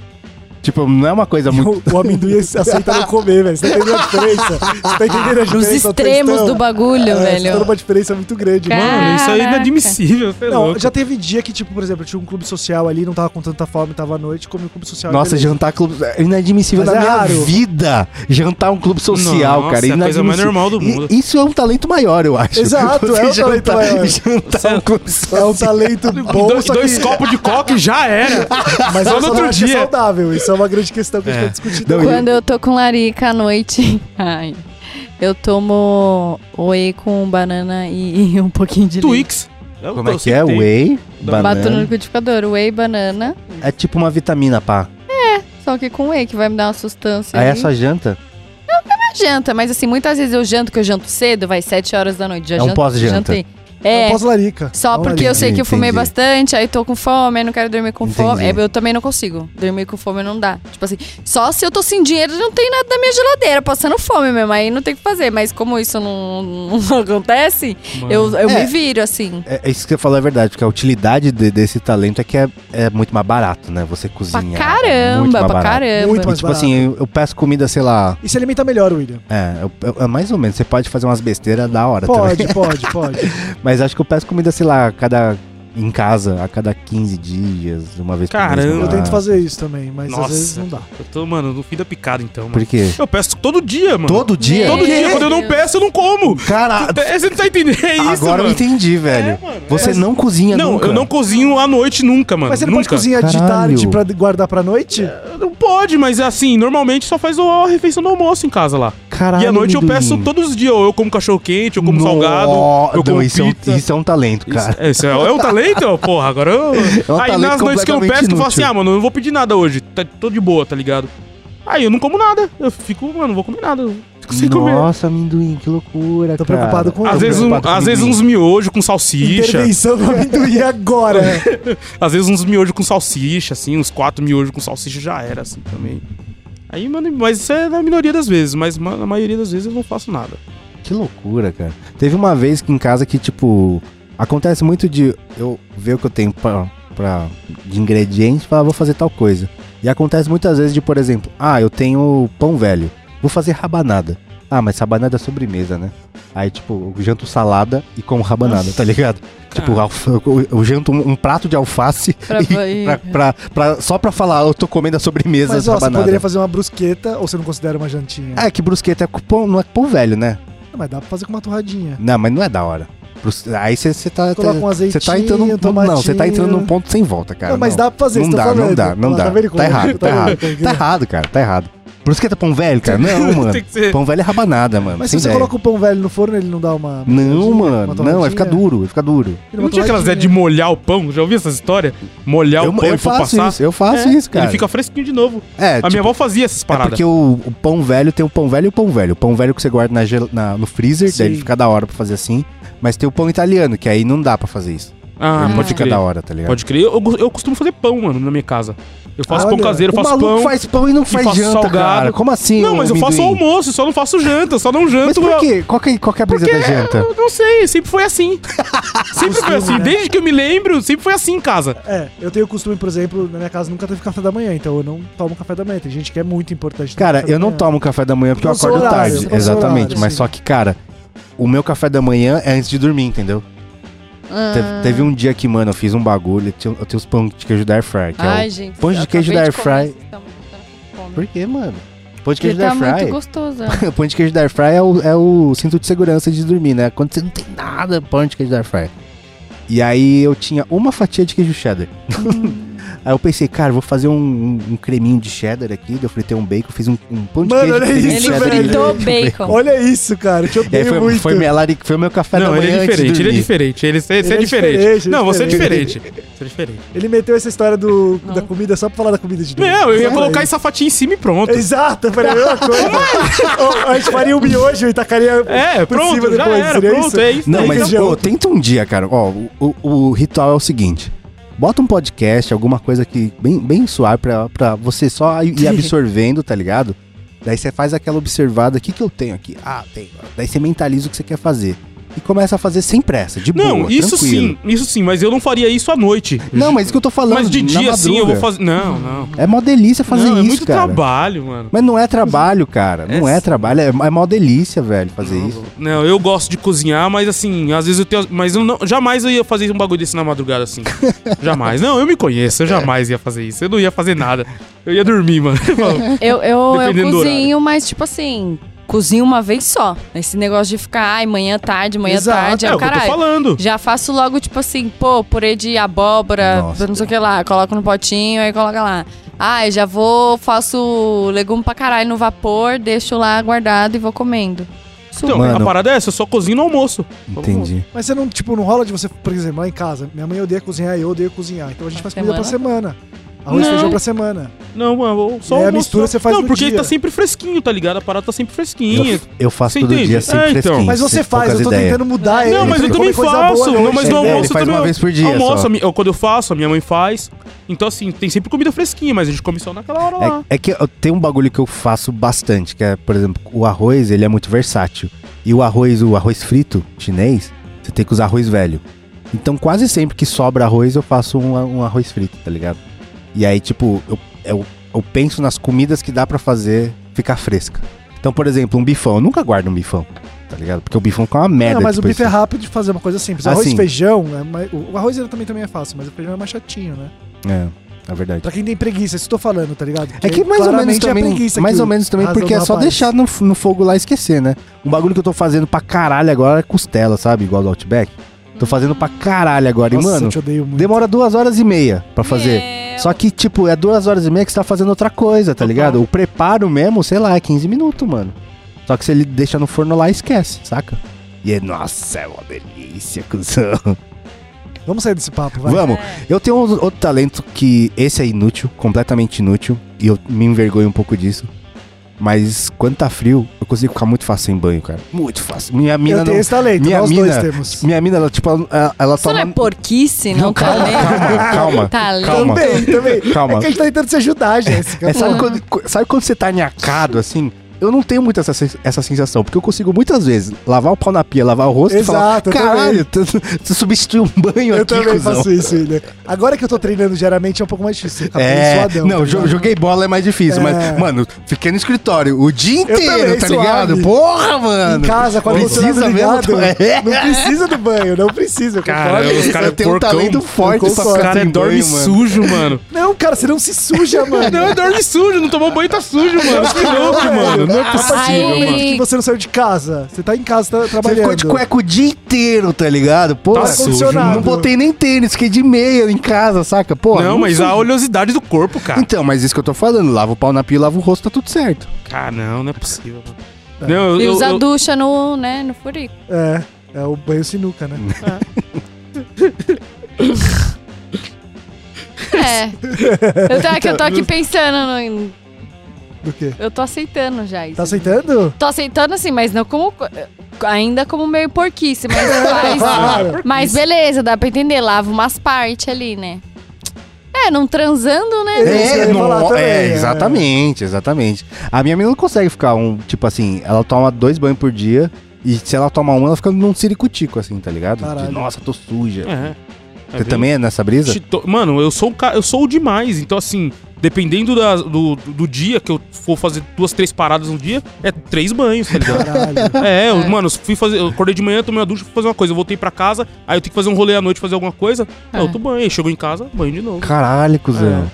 Tipo, não é uma coisa muito.
O, o amendoim aceita não comer, velho. Você tá entendendo a diferença? Você tá entendendo a
Nos
diferença? Então, é,
extremos do bagulho,
Você tá
velho.
numa diferença muito grande.
Cara,
Mano, isso aí é inadmissível. Você é
Não,
louco.
já teve dia que, tipo, por exemplo, eu tinha um clube social ali, não tava com tanta fome, tava à noite, comi um clube social.
Nossa,
beleza.
jantar clube. É inadmissível
Mas
na
é
minha
raro.
vida. Jantar um clube social,
Nossa,
cara.
é a coisa mais
inadmissível.
normal do
I-
mundo.
Isso é um talento maior, eu acho.
Exato, é um
jantar,
talento maior.
Jantar um
Certo.
clube
É
social.
um talento bom,
dois
só que...
dois copos de coca e já era.
Mas
só
eu
no
só
outro
não acho que
dia.
é saudável. Isso é uma grande questão que a gente
É.
tá discutindo.
Não,
Quando eu tô com larica à noite, ai, eu tomo whey com banana e, e um pouquinho de leite.
Twix.
Como é que é? Whey?
Bato no
Banana.
liquidificador, whey, banana,
É tipo uma vitamina, pá.
só que com whey, que vai me dar uma sustância.
Aí é
ali.
só janta.
Não é janta, mas assim, muitas vezes eu janto, que eu janto cedo, vai 7 horas da noite. Já
É um
janto-
pós-janta.
jantei.
É
É,
um pós-larica.
Só
É um
porque eu
larica.
sei que eu fumei
Entendi.
bastante, aí tô com fome, aí não quero dormir com fome.
Entendi.
É, eu também não consigo. Dormir com fome não dá. Tipo assim, só se eu tô sem dinheiro, não tem nada na minha geladeira, passando fome mesmo. Aí não tem o que fazer. Mas como isso não, não acontece, eu, eu
É.
me viro, assim.
É, é isso que você falou é verdade, porque a utilidade de- desse talento é que é, é muito mais barato, né? Você
Pra
cozinha. é muito
caramba,
mais
pra
barato.
caramba.
Muito
E,
mais
tipo
é barato.
assim, eu, eu peço comida, sei lá.
E se alimenta melhor, William.
É, eu- eu- é mais ou menos. Você pode fazer umas besteiras da hora também.
Pode, pode, pode.
Mas acho que eu peço comida, sei lá, a cada. Em casa, a cada 15 dias, uma vez por mês.
Caramba.
sei
Eu
lá.
tento fazer isso também, mas às
Nossa.
vezes não dá.
Eu tô, mano, no fim da picada, então, mano.
Por quê?
Eu peço todo dia, mano.
Todo dia?
Todo
Meu
dia.
Deus.
Quando eu não peço, eu não como.
Cara,
É, Você não tá entendendo? É isso,
agora eu
mano.
entendi, velho.
É, mano,
Você
mas-
não cozinha
Não,
nunca.
eu não cozinho à noite nunca, mano.
Mas você não
nunca. É.
pode cozinhar de
Caralho.
tarde pra guardar pra noite?
Não pode, mas assim, normalmente só faz a refeição do almoço em casa lá.
Caralho,
e à noite eu
amendoim.
peço todos os dias. Ou eu como cachorro quente, eu como salgado,
Nó-
eu
Não,
como
isso,
pizza.
É um, isso é um talento,
Isso-
cara.
É, isso é, é um talento? Porra, agora eu.
um
aí
talento
nas noites que eu
completamente
peço, eu falo
inútil.
assim, ah, mano, eu não vou pedir nada hoje. Tá, tô de boa, tá ligado? Aí eu não como nada. Eu fico, mano, não vou comer nada. Eu Fico sem comer.
Nossa, amendoim, que loucura,
Tô
cara.
preocupado com
Às
eu
vezes, um-
preocupado com
às vezes
amendoim.
uns miojos com salsicha.
Intervenção do amendoim agora.
Às vezes uns miojos com salsicha, assim, uns quatro miojos com salsicha já era, assim, também. Aí, mano, mas isso é na minoria das vezes, mas mano, na maioria das vezes eu não faço nada.
Que loucura, cara. Teve uma vez que em casa que, tipo, acontece muito de eu ver o que eu tenho pra, pra, de ingredientes e falar, vou fazer tal coisa. E acontece muitas vezes de, por exemplo, ah, eu tenho pão velho, vou fazer rabanada. Ah, mas rabanada é sobremesa, né? Aí, tipo, eu janto salada e como rabanada, tá ligado? Tipo, alfa- eu- eu janto um, um prato de alface
Pra-
e- pra- pra- pra- só pra falar, "Ah, eu tô comendo a sobremesa
Mas
de
ó, você
rabanada.
poderia fazer uma brusqueta ou você não considera uma jantinha?
Ah, que brusqueta é com pão, não é pão velho, né?
Não, mas dá pra fazer com uma torradinha.
Não, mas não é da hora. Brus- Aí você tá.
Coloca um
Você
azeitinho,
tá entrando num ponto, não, você tá
tomatinho.
entrando num ponto sem volta, cara.
não, mas dá pra fazer,
Não
você
dá,
tá falando.
não dá, não
Ó,
dá.
Tá, vendo como
Tá
eu-
errado, tá errado.
vendo?
Tá errado, cara, tá errado. Brusqueta pão velho, cara? Não, mano.
Tem que ser.
Pão velho é rabanada, mano.
Mas se
Sem
você
ideia.
coloca o pão velho no forno, ele não dá uma. uma
Não,
torradinha,
mano.
uma
Não, vai
torradinha?
ficar duro, vai ficar duro.
Ele
Não
uma
tinha aquelas ideias de
torradinha.
molhar o pão? Já ouvi essa história? Molhar
Eu,
É o pão
eu
e for
faço
passar.
isso, eu faço
É,
isso, cara.
Ele fica fresquinho de novo.
É,
a
tipo,
minha avó fazia essas
É
paradas.
porque o, o pão velho tem o pão velho e o pão velho. O pão velho que você guarda na gel- na- no freezer, daí
Sim.
ele fica da hora pra fazer assim. Mas tem o pão italiano, que aí não dá pra fazer isso.
Ah,
Ele não
pode
fica
crer.
da hora, tá ligado?
Pode crer. Eu, eu costumo fazer pão, mano, na minha casa. Eu faço
Olha,
pão caseiro, eu
o
faço
maluco
pão.
faz pão e não faz
faço
janta,
salgado.
cara. Como assim,
Não,
ô
mas eu
amendoim?
faço almoço, só não faço janta, só não
Mas
janto.
por quê? Qual que, é- qual que é a brisa
Porque um
da janta?
eu não sei, sempre foi assim. sempre foi assim. Desde que eu me lembro, sempre foi assim em casa.
É, eu tenho o costume, por exemplo, na minha casa nunca teve café da manhã, então eu não tomo café da manhã. Tem gente que é muito importante. tomar
Cara,
café
eu
da
É.
não
manhã.
tomo café da manhã porque eu
Nosso
acordo
horário,
tarde.
nosso
Exatamente,
horário,
mas
sim.
só que, cara, o meu café da manhã é antes de dormir, entendeu?
Ah.
Teve, teve um dia que, mano, eu fiz um bagulho, eu tinha, eu tinha os pão de queijo da Air Fry, que é o-
Ai, gente.
pão de
eu
queijo
acabei
da
de
air
comer, vocês tão me dando fome.
Por quê, mano? Pão de queijo
Porque
da
tá
Air
muito
Fry.
gostoso.
O pão de queijo da Air Fry é o, é o cinto de segurança de dormir, né? Quando você não tem nada, pão de queijo da Air Fry. E aí eu tinha uma fatia de queijo cheddar.
Hum.
aí eu pensei, cara, vou fazer um, um- um creminho de cheddar aqui. daí Eu fritei um bacon, fiz um, um pão de
Mano,
queijo.
olha
creminho de
isso,
Ele
cheddar e
fritou
um
bacon.
Olha isso, cara. Eu te
E aí
odeio
É, foi,
muito.
foi, minha larica, foi meu café da
não,
manhã
ele é
antes de
diferente, ele é
dormir.
diferente. Ele, você você é,
é
diferente.
diferente, ele é
Não, você é
diferente.
diferente. Você é diferente.
Ele meteu essa história do,
Não.
da comida só pra falar da comida de Deus.
Não, eu ia
Olha
colocar
isso.
essa fatia em cima e pronto.
Exato, eu falei "É a mesma coisa. Ó, a gente faria um miojo e tacaria
É,
por
pronto,
cima
já
depois.
era,
seria
pronto,
isso?
é isso.
Não,
Tem
mas
feijão.
pô, tenta um dia, cara. Ó, o, o- o ritual é o seguinte. Bota um podcast, alguma coisa que bem, bem suave pra, pra você só ir ir absorvendo, tá ligado? Daí você faz aquela observada, o que, que eu tenho aqui? Ah, tem. Daí você mentaliza o que você quer fazer. E começa a fazer sem pressa, de boa,
Não, isso
tranquilo.
sim, isso sim, mas eu não faria isso à noite.
Não, mas isso que eu tô falando,
Mas de
na
dia sim eu vou
madruga.
fazer. Não, não.
É mó delícia fazer
não,
isso,
é muito
cara.
trabalho, mano.
Mas não é trabalho, cara. Não é,
É sim.
trabalho, é, é mó delícia, velho, fazer isso.
Não, eu gosto de cozinhar, mas assim, às vezes eu tenho. Mas eu não, jamais eu ia fazer um bagulho desse na madrugada assim. jamais. Não, eu me conheço, eu jamais ia fazer isso. Eu não ia fazer nada. Eu ia dormir, mano.
Eu, eu, eu
Dependendo do
cozinho, mas tipo assim, cozinho uma vez só. Esse negócio de ficar, ai, manhã tarde, manhã
Exato.
tarde,
é
é
o
o
que eu tô
caralho.
falando.
Já faço logo, tipo assim, pô, purê de abóbora,
Nossa.
não sei o que lá, coloco no potinho, aí coloca lá. Ai, já vou, faço legume pra caralho no vapor, deixo lá guardado e vou comendo.
Então,
Mano.
a parada é essa, eu só cozinho no almoço.
Entendi.
Mas você não, tipo, não rola de você, por exemplo, lá em casa. Minha mãe odeia cozinhar e eu odeio cozinhar. Então a gente faz comida pra semana. Arroz e
Não.
feijão pra semana.
Não, mano, eu só
E aí a
almoço.
mistura você faz
Não,
no
porque
dia.
tá sempre fresquinho, tá ligado? A parada tá sempre fresquinha.
Eu, eu faço
Você
todo
entende?
dia sempre
É, então.
fresquinho.
Mas você
sem
faz,
poucas
eu tô
ideias.
tentando mudar É, ele.
Não, mas eu
pra
também
comer coisa
faço.
boa né? É, à
Não, mas
noite.
no
Ele
almoço
faz
também.
uma
eu-
vez por dia
Almoço,
só.
a mi- eu- quando eu faço, a minha mãe faz. Então, assim, tem sempre comida fresquinha, mas a gente come só naquela hora lá.
É, é que eu- tem um bagulho que eu faço bastante, que é, por exemplo, o arroz, ele é muito versátil. E o arroz, o arroz frito chinês, você tem que usar arroz velho. Então, quase sempre que sobra arroz, eu faço um, a- um arroz frito, tá ligado? E aí, tipo, eu, eu, eu penso nas comidas que dá pra fazer ficar fresca. Então, por exemplo, um bifão. Eu nunca guardo um bifão, tá ligado? Porque o bifão fica uma merda.
Não, mas o
depois
bife é rápido de fazer uma coisa simples.
Ah,
Arroz
sim.
e feijão, é mais- o o arroz ele também, também é fácil, mas o feijão é mais chatinho, né?
É, é verdade.
Pra quem tem preguiça, isso eu tô falando, tá ligado?
É que mais ou menos
claramente é a
também,
preguiça
mais
que
ou menos também,
razão
porque é
do
só
rapaz.
deixar no, f- no fogo lá e esquecer, né? Um bagulho que eu tô fazendo pra caralho agora é costela, sabe? Igual do Outback. Tô fazendo pra caralho agora.
Nossa,
e, mano,
eu te odeio muito.
demora duas horas e meia pra fazer.
Meu.
Só que, tipo, é duas horas e meia que você tá fazendo outra coisa, tá ligado? O preparo mesmo, sei lá, é 15 minutos, mano. Só que se ele deixa no forno lá, esquece, saca? E, é- nossa, é uma delícia, cuzão.
Vamos sair desse papo, vai. É.
Vamos. Eu tenho um- outro talento que esse é inútil, completamente inútil, e eu me envergonho um pouco disso. Mas quando tá frio, eu consigo ficar muito fácil em banho, cara. Muito fácil. Minha mina
eu
não.
tenho esse talento,
minha
nós
mina-
dois temos.
Minha mina, ela, tipo, ela, ela
Isso não
toma.
é porquice, não, tá
calma, calma.
Tá lendo.
Calma.
Também, também.
Calma.
É que a gente tá tentando se ajudar, Jéssica.
É, sabe, quando, co- sabe quando você tá nhacado assim? Eu não tenho muito essa, sen- essa sensação, porque eu consigo mutas vezes lavar o pau na pia, lavar o rosto
Exato,
e
eu
falar: caralho, tu, tu substituiu um banho
Eu
aqui,
também
cuzão."
faço isso, William. Agora que eu tô treinando diariamente é um pouco mais difícil. Tá
É,
suadão,
não,
tá
jo-
ligado?
joguei bola é mais difícil, mas,
É.
mano, fiquei no escritório o dia inteiro,
também,
tá
suave.
ligado? Porra, mano!
Em casa, com a
Precisa
precisa ligado,
mesmo, é.
Não precisa do banho, não precisa. eu
Cara,
concordo.
os caras
Eu tenho um
porcão.
talento forte
Eu
pra
concordo.
ficar
cara é
sem
dorme
banho, mano.
sujo, mano.
Não, cara, você não se suja, mano.
Não, dorme sujo, não tomou banho tá sujo, mano. Que
Não,
louco,
velho.
mano. mano. Não é possível,
Ai.
mano.
que você não saiu de casa. Você tá em casa, tá
Você
trabalhando.
ficou de cueca o dia inteiro, tá ligado? Pô,
Tá sujo.
não botei nem tênis, fiquei de meia em casa, saca? Pô,
não, mas
sei.
a oleosidade do corpo, cara.
Então, mas isso que eu tô falando, lava o pau na pia, lava o rosto, tá tudo certo.
Cara, não, não é possível, mano.
É.
Não, eu,
E
eu-
usa
eu-
ducha no, né, no furico.
É, é o banho sinuca, né?
É. Eu tô, é que eu tô aqui pensando. no-
Do quê?
eu tô aceitando já isso.
Tá aceitando?
Tô aceitando assim, mas não como. Ainda como meio porquice, mas faz. mas beleza, dá pra entender. Lava umas partes ali, né? É, não transando, né?
É, isso que eu ia
não-
falar também,
é,
é.
exatamente, exatamente. A minha menina não consegue ficar um, tipo assim, ela toma dois banhos por dia e se ela tomar um, ela fica num ciricutico, assim, tá ligado? De,
Caralho.
Nossa, tô suja.
É.
Você
É bem-
também é nessa brisa?
Chito- Mano, eu sou, o ca- eu sou o demais. Então, assim, dependendo da- do, do dia que eu for fazer duas, três paradas no dia, é três banhos, tá ligado?
Caralho.
É, eu, mano, eu fui fazer. Eu acordei de manhã, tomei uma ducha, fui fazer uma coisa. Eu voltei pra casa, aí eu tenho que fazer um rolê à noite, fazer alguma coisa.
É.
É. Eu tô banho. Aí Chegou em casa, banho de novo.
Caralho, cuzão.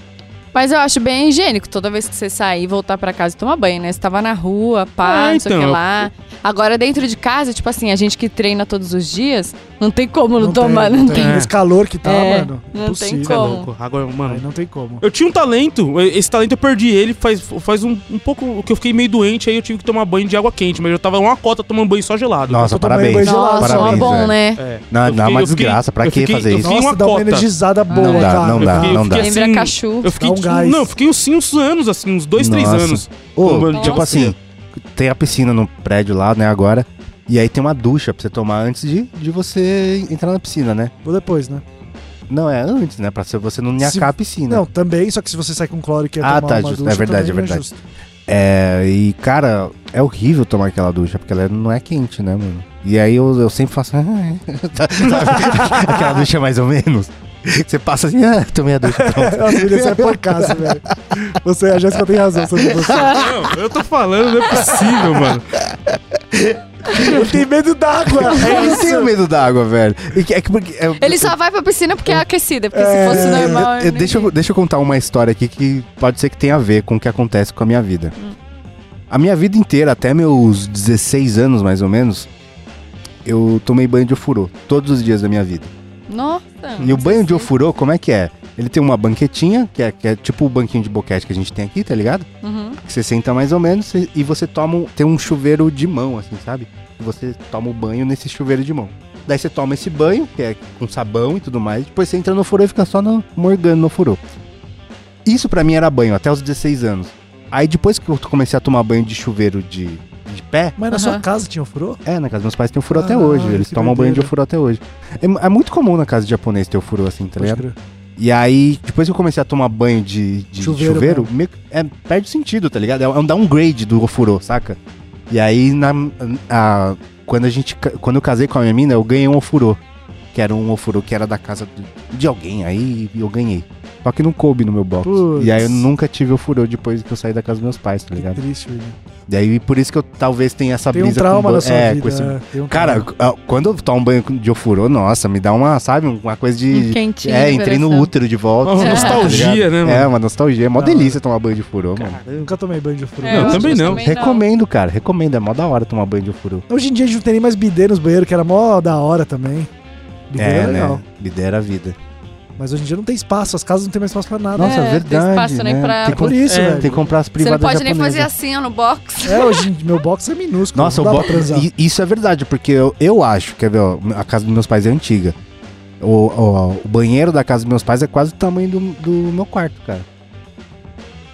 Mas eu acho bem higiênico toda vez que você sair, voltar pra casa e tomar banho, né? Você tava na rua, pá,
Ah,
não sei o que
então.
lá. Agora dentro de casa, tipo assim, a gente que treina todos os dias, não tem como não,
Não tem,
tomar, não
não
tem.
tem.
Esse calor que tá,
É,
mano.
não tem
impossível.
Cê é
como.
louco. Agora,
Aí
mano.
Não tem como.
Eu tinha um talento, esse talento eu perdi ele faz, faz um, um pouco. que eu fiquei meio doente, aí eu tive que tomar banho de água quente, mas eu tava uma cota tomando banho só gelado.
Nossa,
Eu tô tomando
parabéns.
banho gelado.
Nossa,
Parabéns,
é bom,
velho.
né?
É.
Não,
Eu
não,
fiquei-
uma
eu fiquei-
desgraça, pra
eu
que
fiquei-
fazer
eu
isso?
fiquei
Nossa,
uma
dá uma
cota.
energizada boa,
Não dá,
cara.
não dá,
fiquei-
não
eu
dá.
fiquei
Lembra
assim,
cachorro.
Eu fiquei,
Dá um
tipo,
gás.
não, eu fiquei uns, uns anos, assim, uns dois, três
Nossa.
anos.
Ô,
Tomando de
tipo
água
assim,
fria.
tem a piscina no prédio lá, né, agora. E aí tem uma ducha pra você tomar antes de, de você entrar na piscina, né?
Vou depois, né?
Não, é antes, né? Pra você não
Se-
nhacar a piscina.
Não, também, só que se você sai com cloro e quer
né? Ah,
tomar
tá,
uma
justo.
ducha,
É verdade,
também
é
não
verdade. É, e cara, é horrível tomar aquela ducha, porque ela não é quente, né, mano? E aí eu, eu sempre faço. sabe? Aquela ducha mais ou menos. Você passa assim, ah, tomei a ducha. pronto.
A Júlia sai pra casa, é velho. Você, a Jéssica tem razão sobre você.
Não, eu tô falando, não é possível, mano.
Eu tenho medo É d'água.
Eu não tenho medo d'água, velho. E que- é que porque- é-
Ele só vai pra piscina porque é aquecida, porque
É,
se fosse
eu-
normal. né?
eu- deixa, eu, deixa eu contar uma história aqui que pode ser que tenha a ver com o que acontece com a minha vida. A minha vida inteira, até meus 16 anos mais ou menos, eu tomei banho de ofurô todos os dias da minha vida.
Nossa.
E o banho de ofurô, como é que é? Ele tem uma banquetinha, que é, que é tipo o banquinho de boquete que a gente tem aqui, tá ligado?
Uhum.
Que você senta mais ou menos e- e você toma. um- Tem um chuveiro de mão, assim, sabe? E Você toma o banho nesse chuveiro de mão. Daí você toma esse banho, que é com sabão e tudo mais. Depois você entra no furô e fica só no, morgando no furô. Isso pra mim era banho, até os 16 anos. Aí depois que eu comecei a tomar banho de chuveiro de, de pé,
Mas na
Aham.
sua casa tinha um ofurô?
é, na casa dos meus pais tem o furo até
Caralho,
hoje. Eles
Ah, que
tomam banho de
doideira.
ofurô até hoje. É, é muito comum na casa de japonês ter o furo assim, tá
Pode
ligado?
crer.
E aí, depois que eu comecei a tomar banho de, de
Chuveiro,
chuveiro, meio que- é, perde sentido, tá ligado? É um downgrade do ofurô, saca? E aí, na, a- quando, a gente, ca- quando eu casei com a minha mina, eu ganhei um ofurô. Que era um ofurô que era da casa de, de alguém, aí eu ganhei. Só que não coube no meu box.
Putz.
E aí eu nunca tive ofurô depois que eu saí da casa dos meus pais, tá
Que
ligado?
triste, velho.
E aí, por isso que eu talvez tenha essa
Tem um
brisa
trauma
com,
na
ban-
sua
é,
vida.
com esse
é, tem um
Cara,
trauma.
ah, quando eu tomo banho de ofurô, nossa, me dá uma, sabe, uma coisa
Uhum.
de.
Um Quentinho.
É, entrei no
coração.
útero de volta.
Uma
tá
nostalgia,
ligado?
né, mano?
É, uma nostalgia. É mó
Da
delícia tomar banho de ofurô, mano.
Eu nunca tomei banho de ofurô.
É, eu
Não, também
acho
não.
que
né? Tipo, Recomendo, cara. Recomendo. É mó da hora tomar banho de ofurô.
Hoje em dia a gente não tem nem mais bidê nos banheiros, que era mó da hora também. Bidê
É,
era legal.
né? Me dera a vida.
Mas hoje em dia não tem espaço, as casas não tem mais espaço pra nada.
Nossa,
É, tem
verdade.
espaço, né,
né?
pra-
Tem,
É por
que,
isso,
É,
tem que
velho.
comprar as
Você não
privadas
pode nem
japonesas.
fazer assim, ó, no box.
É, hoje em dia, meu box é minúsculo.
Nossa,
não
o
dá
bo...
pra transar.
i- isso é verdade, porque eu, eu acho, quer ver, ó, a casa dos meus pais é antiga. O, o- o banheiro da casa dos meus pais é quase o tamanho do, do meu quarto, cara.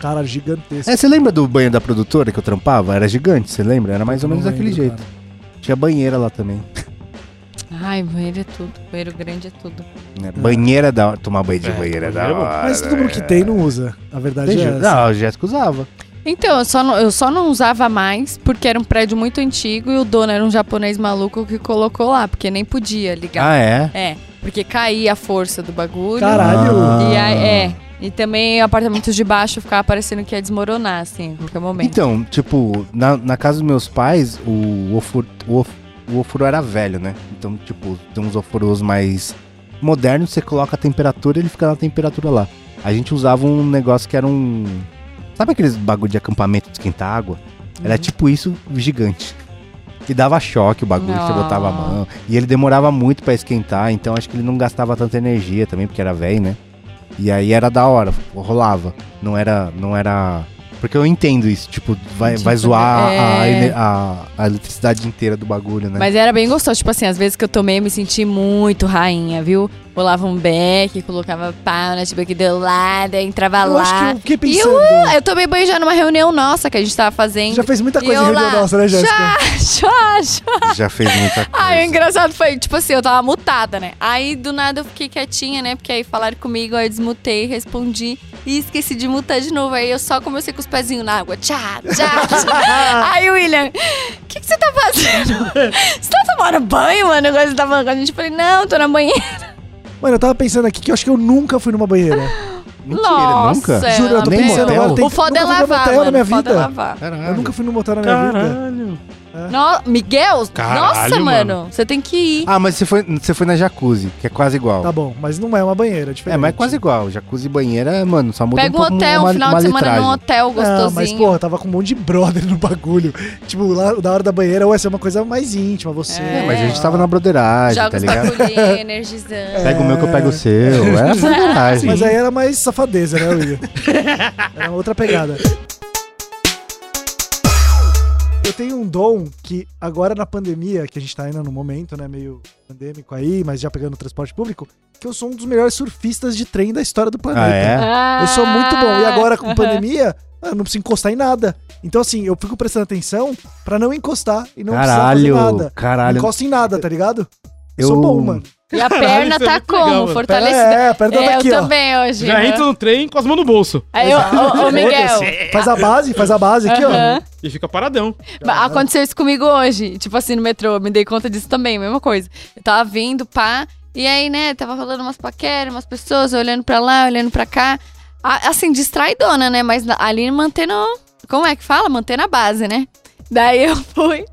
Cara, gigantesco.
É, você lembra do banheiro da produtora que eu trampava? Era gigante, você lembra? Era mais ou
Não
menos daquele
lembro,
jeito.
cara.
Tinha banheira lá também.
Ai, banheiro é tudo. Banheiro grande é tudo.
né? Banheira é da hora. Tomar banho de
É,
banheira é da
banheiro é bom.
hora.
Mas todo mundo que tem não usa. A verdade é
Tem-
essa.
Não, a Jéssica usava.
Então, eu só, não, eu só não usava mais porque era um prédio muito antigo e o dono era um japonês maluco que colocou lá, porque nem podia ligar.
Ah, é?
É, porque caía a força do bagulho.
Caralho.
Ah.
E aí, é. E também apartamentos de baixo ficava parecendo que ia desmoronar, assim, a qualquer momento.
Então, tipo, na, na casa dos meus pais, o ofuro, o, of- o ofuro era velho, né? Então, tipo, tem uns ofuros mais modernos, você coloca a temperatura e ele fica na temperatura lá. A gente usava um negócio que era um. Sabe aqueles bagulho de acampamento de esquentar água? Era tipo isso gigante. E dava choque o bagulho, você
Ah.
botava a mão. E ele demorava muito pra esquentar, então acho que ele não gastava tanta energia também, porque era velho, né? E aí era da hora, rolava. Não era. Não era. Porque eu entendo isso, tipo, vai,
Entendi
vai zoar
também.
a,
É.
ene- a, a eletricidade inteira do bagulho, né?
Mas era bem gostoso. Tipo assim, às vezes que eu tomei, eu me senti muito rainha, viu? Rolava um beck, colocava pau na tipo aqui do lado, aí entrava
Eu
lá.
acho que eu fiquei
E
pensando.
eu, eu tomei banho já numa reunião nossa que a gente tava fazendo.
Já fez muita
E
coisa em
eu
reunião
lá,
nossa, né, Jéssica?
Já, já.
Já fez muita coisa.
Aí o engraçado foi, tipo assim, eu tava mutada, né? Aí do nada eu fiquei quietinha, né? Porque aí falaram comigo, aí eu desmutei, respondi e esqueci de mutar de novo. Aí eu só comecei com os pezinhos na água. Tchá, tchá, tchá. aí o William, o que, que você tá fazendo? Você tá tomando banho, mano? Agora você tá falando com a gente? Eu falei, não, tô na banheira.
Mano, eu tava pensando aqui que eu acho que eu nunca fui numa banheira.
Mentira,
Nossa,
nunca?
É,
Juro, eu tô
nem
pensando
motel?
agora. Tem,
o foda é
nunca fui pra
lavar,
motel na
mano.
minha
O foda é
vida. É.
lavar.
Caralho.
Eu nunca fui no motel na minha vida.
Caralho.
No, Miguel,
Caralho,
nossa, mano.
mano.
Você tem que ir.
Ah, mas você foi, você foi na jacuzzi, que é quase igual.
Tá bom, mas não é uma banheira, é diferente.
é, mas é quase igual. Jacuzzi e banheira, mano, só muda
Pega
um
um
pouco
hotel,
uma,
um final
uma
de semana
litragem.
num hotel gostosinho.
Não, mas porra, tava com um monte de brother no bagulho. Tipo, lá da hora da banheira, ou ia ser uma coisa mais íntima, você.
É,
É, mas a gente tava na broderagem,
Joga
tá
os
ligado?
bagulhinhos, energizando.
Pega o meu que eu pego o seu. É broderagem.
Mas aí era mais safadeza, né, Will? Era outra pegada. Eu tenho um dom que agora na pandemia, que a gente tá ainda no momento, né, meio pandêmico aí, mas já pegando o transporte público, que eu sou um dos melhores surfistas de trem da história do planeta.
Ah, é?
Ah,
Eu sou muito bom. E agora com pandemia, eu não preciso encostar em nada. Então, assim, eu fico prestando atenção pra não encostar e não
caralho,
precisar fazer nada. Não
caralho.
encosto em nada, tá ligado? Eu
Eu-
sou bom, mano.
E a
Caralho,
perna
isso é
tá
muito
como?
legal, mano.
Fortalecida.
É, a perna tá
É, eu
aqui, ó.
também hoje.
Já
né?
entra no trem com as mãos no bolso.
Aí, ô, ô, ô, Miguel.
Faz a base, faz a base aqui,
Aham.
E fica paradão.
Mas Aconteceu isso comigo hoje. Tipo assim, no metrô. eu Me dei conta disso também, mesma coisa. Eu tava vindo, pá. E aí, né, tava rolando umas paqueras, umas pessoas eu olhando pra lá, olhando pra cá. A- Assim, distraidona, né? Mas na- ali mantendo. Como é que fala? Mantendo a base, né? Daí eu fui.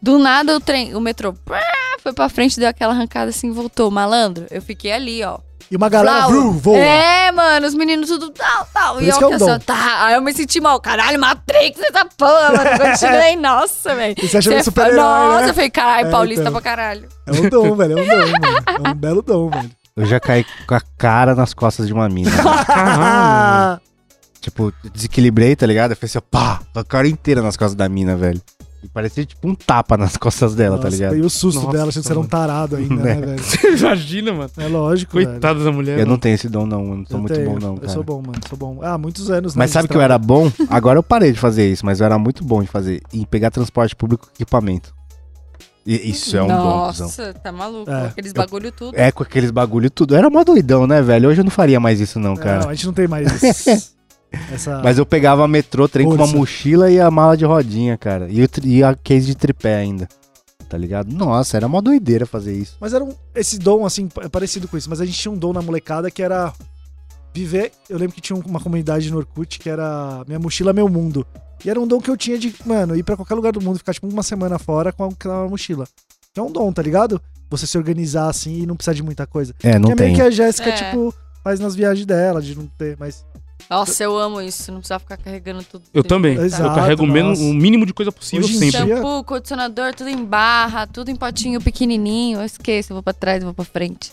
Do nada o trem, o metrô pá, foi pra frente, deu aquela arrancada assim, voltou. Malandro, eu fiquei ali, ó.
ó. E uma galera,
Flower.
vru, voa.
É, mano, os meninos tudo tal, tal.
Por
E
isso
eu
que é o
pensando,
dom.
tá. Aí eu me senti mal, caralho, Matrix essa porra, mano. Continuei, nossa, velho.
E você achou ele
Cê-
super-herói,
Nossa,
né?
eu falei, caralho,
É,
paulista
então.
pra caralho.
É um dom, velho. É um dom, mano. É um belo dom, velho.
Eu já caí com a cara nas costas de uma mina.
Ah.
tipo, desequilibrei, tá ligado? Eu fiz assim, ó, pá, com a cara inteira nas costas da mina, velho. E parecia tipo um tapa nas costas dela, tá
Nossa,
ligado?
E o susto
Nossa,
dela, achando que você era um tarado ainda, né, velho?
Imagina, mano.
É lógico, velho.
Coitada da mulher.
Eu não tenho esse dom, não. Eu não sou
Eu
muito
tenho.
bom, não,
Eu
cara.
sou bom, mano. Sou bom. Ah, há muitos anos, né,
Mas
de
sabe que eu
estrada.
era bom? Agora eu parei de fazer isso, mas eu era muito bom de fazer. Em pegar transporte público e equipamento. E isso é um dom, cuzão.
Nossa, tá maluco.
É.
Aqueles bagulho tudo.
É, com aqueles bagulho tudo. Eu era mó doidão, né, velho? Hoje eu não faria mais isso, não,
É,
cara.
Não, a gente não tem mais esse- essa.
Mas eu pegava metrô, trem com
Força.
uma mochila e a mala de rodinha, cara. E, o tri- e a case de tripé ainda. Tá ligado? Nossa, era mó doideira fazer isso.
Mas era um, esse dom, assim, é parecido com isso. Mas a gente tinha um dom na molecada que era viver. Eu lembro que tinha uma comunidade no Orkut que era Minha Mochila Meu Mundo. E era um dom que eu tinha de, mano, ir pra qualquer lugar do mundo, ficar tipo uma semana fora com aquela mochila. Que é um dom, tá ligado? Você se organizar assim e não precisar de muita coisa.
É, não
que é meio
tem.
que a Jéssica,
É.
tipo, faz nas viagens dela, de não ter, mas.
Nossa, eu amo isso. Não precisava ficar carregando tudo.
Eu também.
Exato,
eu carrego o menos-
nossa.
o mínimo de coisa possível
Hoje em
sempre.
dia-
Shampoo, condicionador, tudo em barra, tudo em potinho pequenininho. Eu esqueço, eu vou pra trás, eu vou pra frente.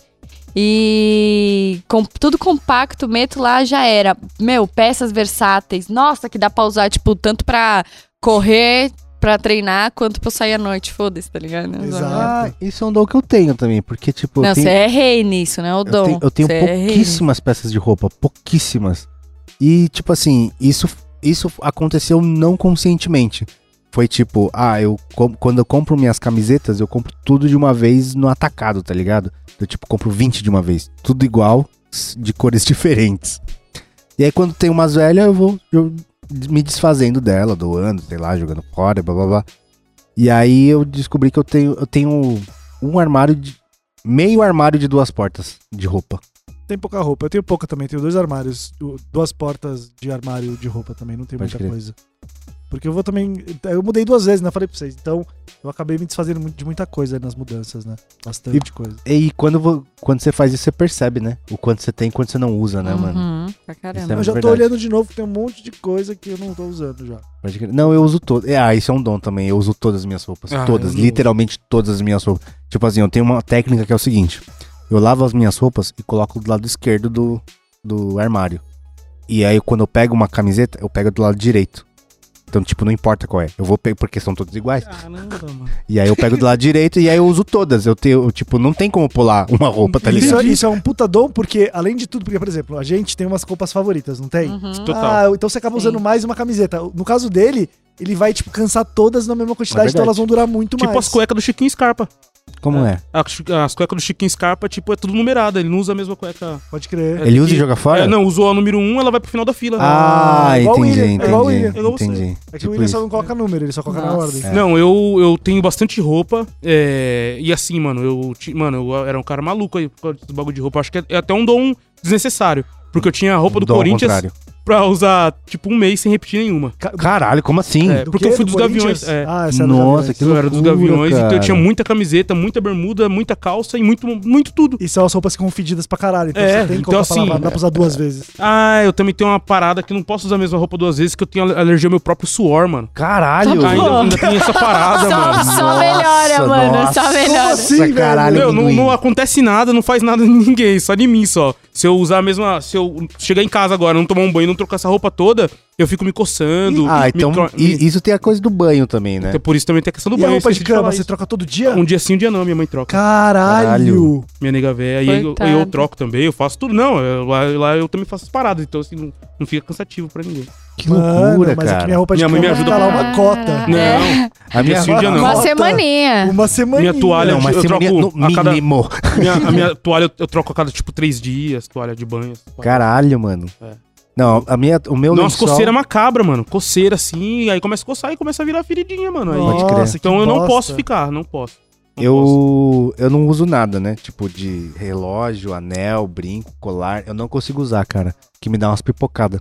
E com- tudo compacto, meto lá, já era. Meu, peças versáteis. Nossa, que dá pra usar, tipo, tanto pra correr, pra treinar, quanto pra eu sair à noite. Foda-se, tá ligado?
Exato.
Ah, isso é um dom que eu tenho também, porque, tipo, eu
Não,
tenho-
você é rei nisso, né? O
Eu
dom.
tenho, eu tenho
Você é rei.
pouquíssimas peças de roupa, pouquíssimas. E, tipo assim, isso, isso aconteceu não conscientemente. Foi tipo, ah, eu com- quando eu compro minhas camisetas, eu compro tudo de uma vez no atacado, tá ligado? Eu, tipo, compro 20 de uma vez. Tudo igual, s- de cores diferentes. E aí, quando tem umas velhas, eu vou eu me desfazendo dela, doando, sei lá, jogando fora, blá blá blá. E aí eu descobri que eu tenho, eu tenho um armário de. meio armário de duas portas de roupa.
Tem pouca roupa. Eu tenho pouca também, tenho dois armários, du- duas portas de armário de roupa também, não tem
Pode
muita
crer.
coisa. Porque eu vou também. Eu mudei duas vezes, né? Falei pra vocês. Então, eu acabei me desfazendo muito- de muita coisa nas mudanças, né? Bastante coisa.
E quando, vo- quando você faz isso, você percebe, né? O quanto você tem e quanto você não usa, né, mano?
Uhum, pra caramba.
É
eu já tô
verdade.
olhando de novo, tem um monte de coisa que eu não tô usando já.
Pode crer. Não, eu uso todo. É, ah, isso é um dom também. Eu uso todas as minhas roupas.
Ah,
todas,
eu não
literalmente todas as minhas roupas. Tipo assim, eu tenho uma técnica que é o seguinte: eu lavo as minhas roupas e coloco do lado esquerdo do, do armário. E aí, quando eu pego uma camiseta, eu pego do lado direito. Então, tipo, não importa qual é. Eu vou pegar, porque são todas iguais.
Caramba, mano.
E aí eu pego do lado direito e aí eu uso todas. Eu tenho, eu, tipo, não tem como pular uma roupa, tá
Isso,
ligado?
é- isso é um puta dom, porque, além de tudo, porque, por exemplo, a gente tem umas roupas favoritas, não tem?
Uhum.
Tipo,
Total.
Ah, então você acaba
Hum. Sim.
usando mais uma camiseta. No caso dele, ele vai, tipo, cansar todas na mesma quantidade, então
É verdade.
elas vão durar muito
tipo
mais.
as cuecas do Chiquinho Scarpa.
Como é?
A chi- As cuecas do Chiquinho Scarpa, tipo, é tudo numerado. Ele não usa a mesma cueca.
Pode crer.
É,
Ele usa
que-
e joga fora?
É, não, é usou a número 1, ela vai pro final da fila.
Ah,
Ah, igual o
entendi,
William,
entendi.
igual o William.
Igual você.
entendi.
É que
Tipo
o William só
isso.
não coloca número, ele só coloca na
Nossa.
ordem.
É.
Não, eu, eu tenho bastante roupa. é, e assim, mano, eu, ti- mano, eu era um cara maluco aí por causa desse bagulho de roupa. Acho que é, é até um dom desnecessário. Porque eu tinha a roupa do
Dom ao
Corinthians
contrário.
pra usar, tipo, um mês sem repetir nenhuma.
Caralho, como assim?
É, porque eu
quê?
fui dos
Corinthians?
Gaviões. É.
Ah, essa é do
Nossa,
Gaviões.
que
eu
loucura,
era dos Gaviões, então eu tinha
cara.
muita camiseta, muita bermuda, muita calça e muito, muito tudo.
E são as roupas que ficam fedidas pra caralho. Então
É,
você tem que
então
colocar pra
assim-
lavar, não dá pra usar duas vezes.
Ah, eu também tenho uma parada que não posso usar a mesma roupa duas vezes, que eu tenho al- alergia ao meu próprio suor, mano.
Caralho!
Ainda, ainda tem essa parada,
Só,
mano.
só
Nossa,
melhora, mano. Só
nossa.
melhora.
Como assim, velho?
caralho,
Meu, não,
amendoim.
não acontece nada, não faz nada em ninguém, só em mim só. Se eu usar a mesma. Se eu chegar em casa agora, não tomar um banho, não trocar essa roupa toda, eu fico me coçando.
Ah,
me
então
cro-
i-
me-
isso tem a coisa do banho também, né?
Então, por isso também tem a questão do
E a
banho.
roupa
esqueci
de cama,
falar
você tá-
isso.
troca todo dia?
Um dia sim, um dia não, minha mãe troca.
Caralho!
Minha nega véia. E aí eu,
Coitado.
eu troco também, eu faço tudo. Não, eu- lá, lá eu também faço as paradas, então assim, não, não fica cansativo pra ninguém.
Que loucura,
mas é
cara.
que minha roupa de
Minha mãe me Né?
cama
ajuda
tá lá
pra
uma cota.
Não,
É.
A minha
Esse um dia não.
Uma
Nossa.
semaninha.
Uma semana.
Minha toalha, é
Não, mas
eu
tem
troco
minha- no
a cada-
mínimo.
minha- a minha toalha eu, eu troco a cada tipo três dias, toalha de banho. essa parada.
Caralho, mano.
É.
Não, a minha, o meu
Nossa,
lençol...
coceira é macabra, mano. Coceira assim, aí começa a coçar e começa a virar feridinha, mano. Aí-
Pode crer.
Nossa, que
então eu não
bosta.
posso ficar, não posso. Não posso.
Eu, eu não uso nada, né? Tipo, de relógio, anel, brinco, colar. Eu não consigo usar, cara. Que me dá umas pipocadas.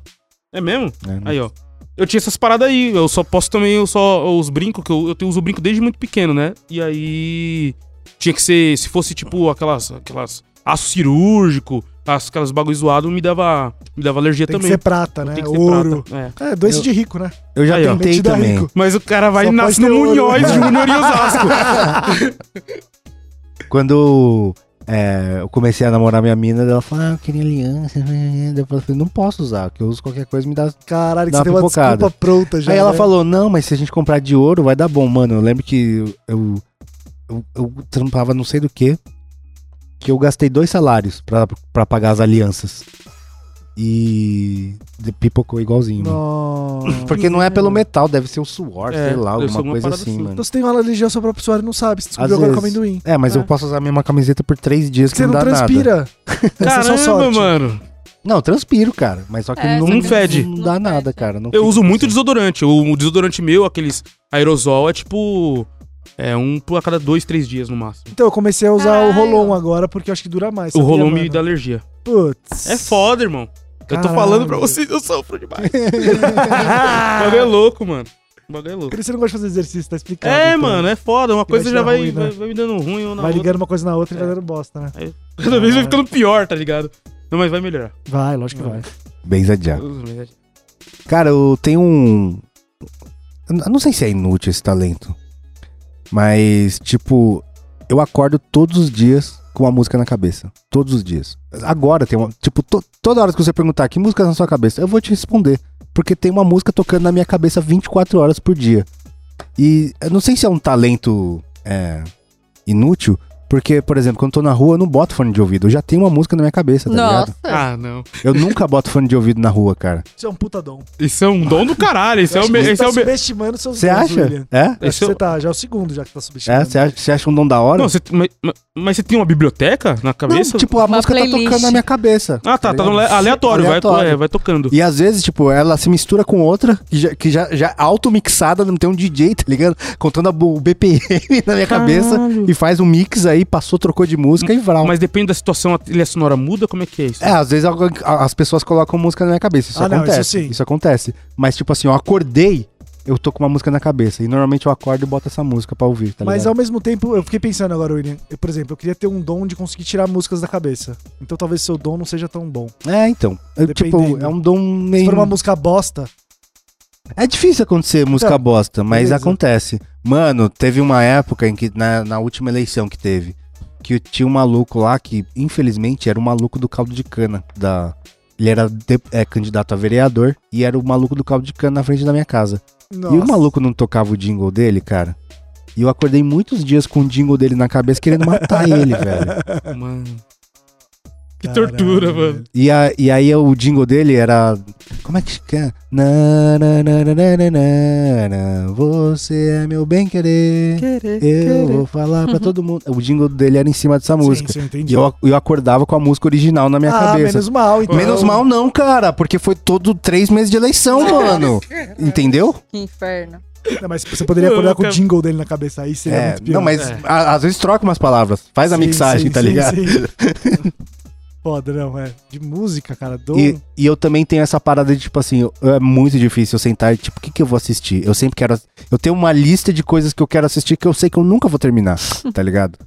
É mesmo?
Né?
Aí, ó. Eu tinha essas paradas aí. Eu só posso também, eu só. Os brincos, que eu, eu te- uso brinco desde muito pequeno, né? E aí. Tinha que ser. Se fosse, tipo, aquelas. aquelas aço cirúrgico, as, aquelas bagulho zoado, me dava. Me dava alergia
Tem que
também.
ser prata, né?
Tem que ser
Ouro.
prata. É.
É, doença
Eu-
de rico, né?
Eu já
Aí, ó.
tentei
Metido a
também.
rico.
Mas o cara vai
Só
e nasce
pode
no
ter ouro.
Munhoz, Júnior e Osasco.
Quando é, eu comecei a namorar minha mina, ela falou, ah, eu queria aliança. né? Daí Eu falei, não posso usar, porque eu uso qualquer coisa e me dá
Caralho, que
Dá
você tem uma
pipocada.
desculpa pronta já.
Aí ela
né?
falou, não, mas se a gente comprar de ouro, vai dar bom, mano. Eu lembro que eu, eu, eu trampava não sei do que, que eu gastei dois salários pra, pra pagar as alianças. E de- pipocou igualzinho, mano.
Nossa.
Porque não é pelo metal, deve ser o suor, sei lá,
deve
alguma
ser alguma
coisa
parada
assim,
assim.
mano.
Então você tem uma alergia ao seu próprio suor e não sabe. Você descobriu
Às
agora com
vezes.
amendoim.
É, mas eu posso usar a mesma camiseta por três dias que
Você
não
não
dá nada.
transpira. Essa é a sua
Caramba,
sorte.
mano.
Não, eu transpiro, cara. Mas só que
É,
não,
só
que fede.
Não dá
não fede.
nada, cara. não
Eu
fica
uso muito
assim.
desodorante. O o desodorante meu, aqueles aerosol, é tipo. É um por a cada dois, três dias no máximo.
Então eu comecei a usar o
Caralho.
Rolon agora, porque eu acho que dura mais.
o
sabia,
rolão
mano?
me dá alergia.
Putz.
É foda, irmão. Eu tô
Caralho.
falando pra vocês, eu sofro demais. o bagulho é louco, mano. O bagulho é louco.
Por isso você não gosta de fazer exercício, tá explicado.
É,
então.
mano, é foda. Uma
Que vai
coisa
te
já
dar
vai,
ruim, né?
vai, vai me dando ruim ou na
Vai
outra.
ligando uma coisa na
É.
outra e vai dando bosta, né?
Cada vez vai ficando pior, tá ligado? Não, mas vai melhorar.
Vai, lógico que vai.
Bem zadeado.
Tá.
Cara, eu tenho um. Eu não sei se é inútil esse talento. Mas, tipo, eu acordo todos os dias com uma música na cabeça. Todos os dias. Agora tem uma. Tipo, to- toda hora que você perguntar que música tá na sua cabeça, eu vou te responder. Porque tem uma música tocando na minha cabeça 24 horas por dia. E eu não sei se é um talento é, inútil. Porque, por exemplo, quando eu tô na rua, eu não boto fone de ouvido. Eu já tenho uma música na minha cabeça, tá
Nossa.
ligado?
Ah, não.
Eu nunca boto fone de ouvido na rua, cara.
Isso é um puta dom.
Isso é um dom do caralho. Isso é o
Acho que
me-
você
esse é
tá
o me-
subestimando seus
Você
dons,
acha?
William.
É?
Acho
Esse
que
é o-
você tá, já é o segundo já que tá
É,
subestimando.
você acha, você acha um dom da hora?
Não, você, mas, mas- mas você tem uma biblioteca na
Não,
cabeça?
tipo, a
Uma
música tá
playlist.
tocando na minha cabeça.
ah, tá. Tá
ligado?
no le- aleatório. vai-
Aleatório.
é, vai tocando.
E às vezes, tipo, ela se mistura com outra, que já, que já, já auto-mixada, não tem um DJ, tá ligado? Contando a bo- o BPM na minha cabeça e faz um mix aí, passou, trocou de música e vral.
Mas depende da situação, a trilha sonora muda? Como é que é isso?
É, às vezes algu- a- as pessoas colocam música na minha cabeça, isso
Ah, não,
acontece.
isso sim.
acontece. Mas, tipo assim, eu acordei eu tô com uma música na cabeça. E normalmente eu acordo e boto essa música pra ouvir, tá
Mas
ligado?
ao mesmo tempo, eu fiquei pensando agora, William. Eu, por exemplo, eu queria ter um dom de conseguir tirar músicas da cabeça. Então talvez seu dom não seja tão bom.
É, então. Eu, tipo,
um Dependendo.
é um dom
Se
meio.
for uma música bosta,
É difícil acontecer música
Não,
bosta, mas
beleza.
acontece. Mano, teve uma época em que, na, na última eleição que teve, que tinha um maluco lá que, infelizmente, era o maluco do caldo de cana. Da... Ele era de- é, candidato a vereador e era o maluco do caldo de cana na frente da minha casa.
nossa.
E o maluco não tocava o jingle dele, cara. E eu acordei muitos dias com o jingle dele na cabeça querendo matar ele, velho.
Mano. Que
Caralho,
tortura,
velho.
mano.
E, a- e aí o jingle dele era. Como é que fica? Na, na, na, na, na, na, na, na, você é meu bem querer. Eu vou falar pra todo mundo. O jingle dele era em cima dessa música.
Uhum. Sim, sim, eu
E
entendi.
eu, eu acordava com a música original na minha
ah,
cabeça. Menos,
menos mal, então.
mal não, cara, porque foi todo três meses de eleição, mano.
é.
Entendeu?
Que inferno.
Não, mas você poderia acordar com o jingle dele na cabeça, aí seria
É,
muito pior.
não, mas
É.
a- às vezes troca umas palavras. Faz a
Sim,
mixagem,
sim,
tá
sim,
ligado?
sim. Foda, não, é. De música, cara.
Então-
Dom.
E, e eu também tenho essa parada de, tipo assim, eu- é muito difícil eu sentar e, tipo, o que, que eu vou assistir? Eu sempre quero. ass- Eu tenho uma lista de coisas que eu quero assistir que eu sei que eu nunca vou terminar, tá ligado?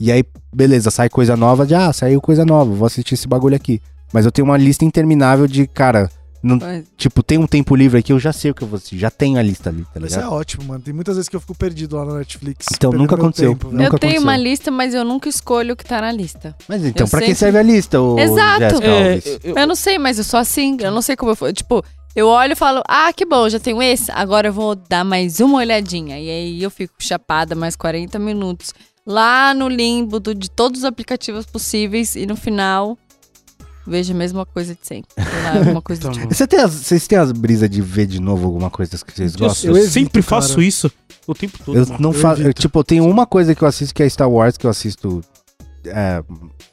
E aí, beleza, sai coisa nova de, ah, saiu coisa nova, vou assistir esse bagulho aqui. Mas eu tenho uma lista interminável de, cara,
Mas-
tipo, tem um tempo livre aqui, eu já sei o que eu vou assistir, já tenho a lista ali, tá
Isso é
ligado?
ótimo, mano. Tem muitas vezes que eu fico perdido lá na Netflix.
Então,
perdendo
nunca
meu
aconteceu.
tempo, velho.
Nunca
eu tenho
aconteceu.
uma lista, mas eu nunca escolho o que tá na lista.
Mas então,
Eu
pra que
sempre-
serve a lista, ô
Exato.
Jéssica
É,
Alves?
eu-
Eu não sei, mas eu sou assim. Eu não sei como eu fui. Tipo, eu olho e falo, ah, que bom, já tenho esse. Agora eu vou dar mais uma olhadinha. E aí eu fico chapada mais 40 minutos. Lá no limbo do- de todos os aplicativos possíveis. E no final, vejo a mesma coisa de sempre. Sei lá, alguma coisa do
Tá
Puta,
tipo.
mano.
Você tem as- vocês têm as brisas de ver de novo alguma coisa que vocês
Eu,
gostam?
eu
evito,
sempre faço
cara.
isso o tempo todo.
Eu
mano.
não
eu
faço. eu,
evito.
Tipo, eu tenho uma coisa que eu assisto que é Star Wars, que eu assisto é,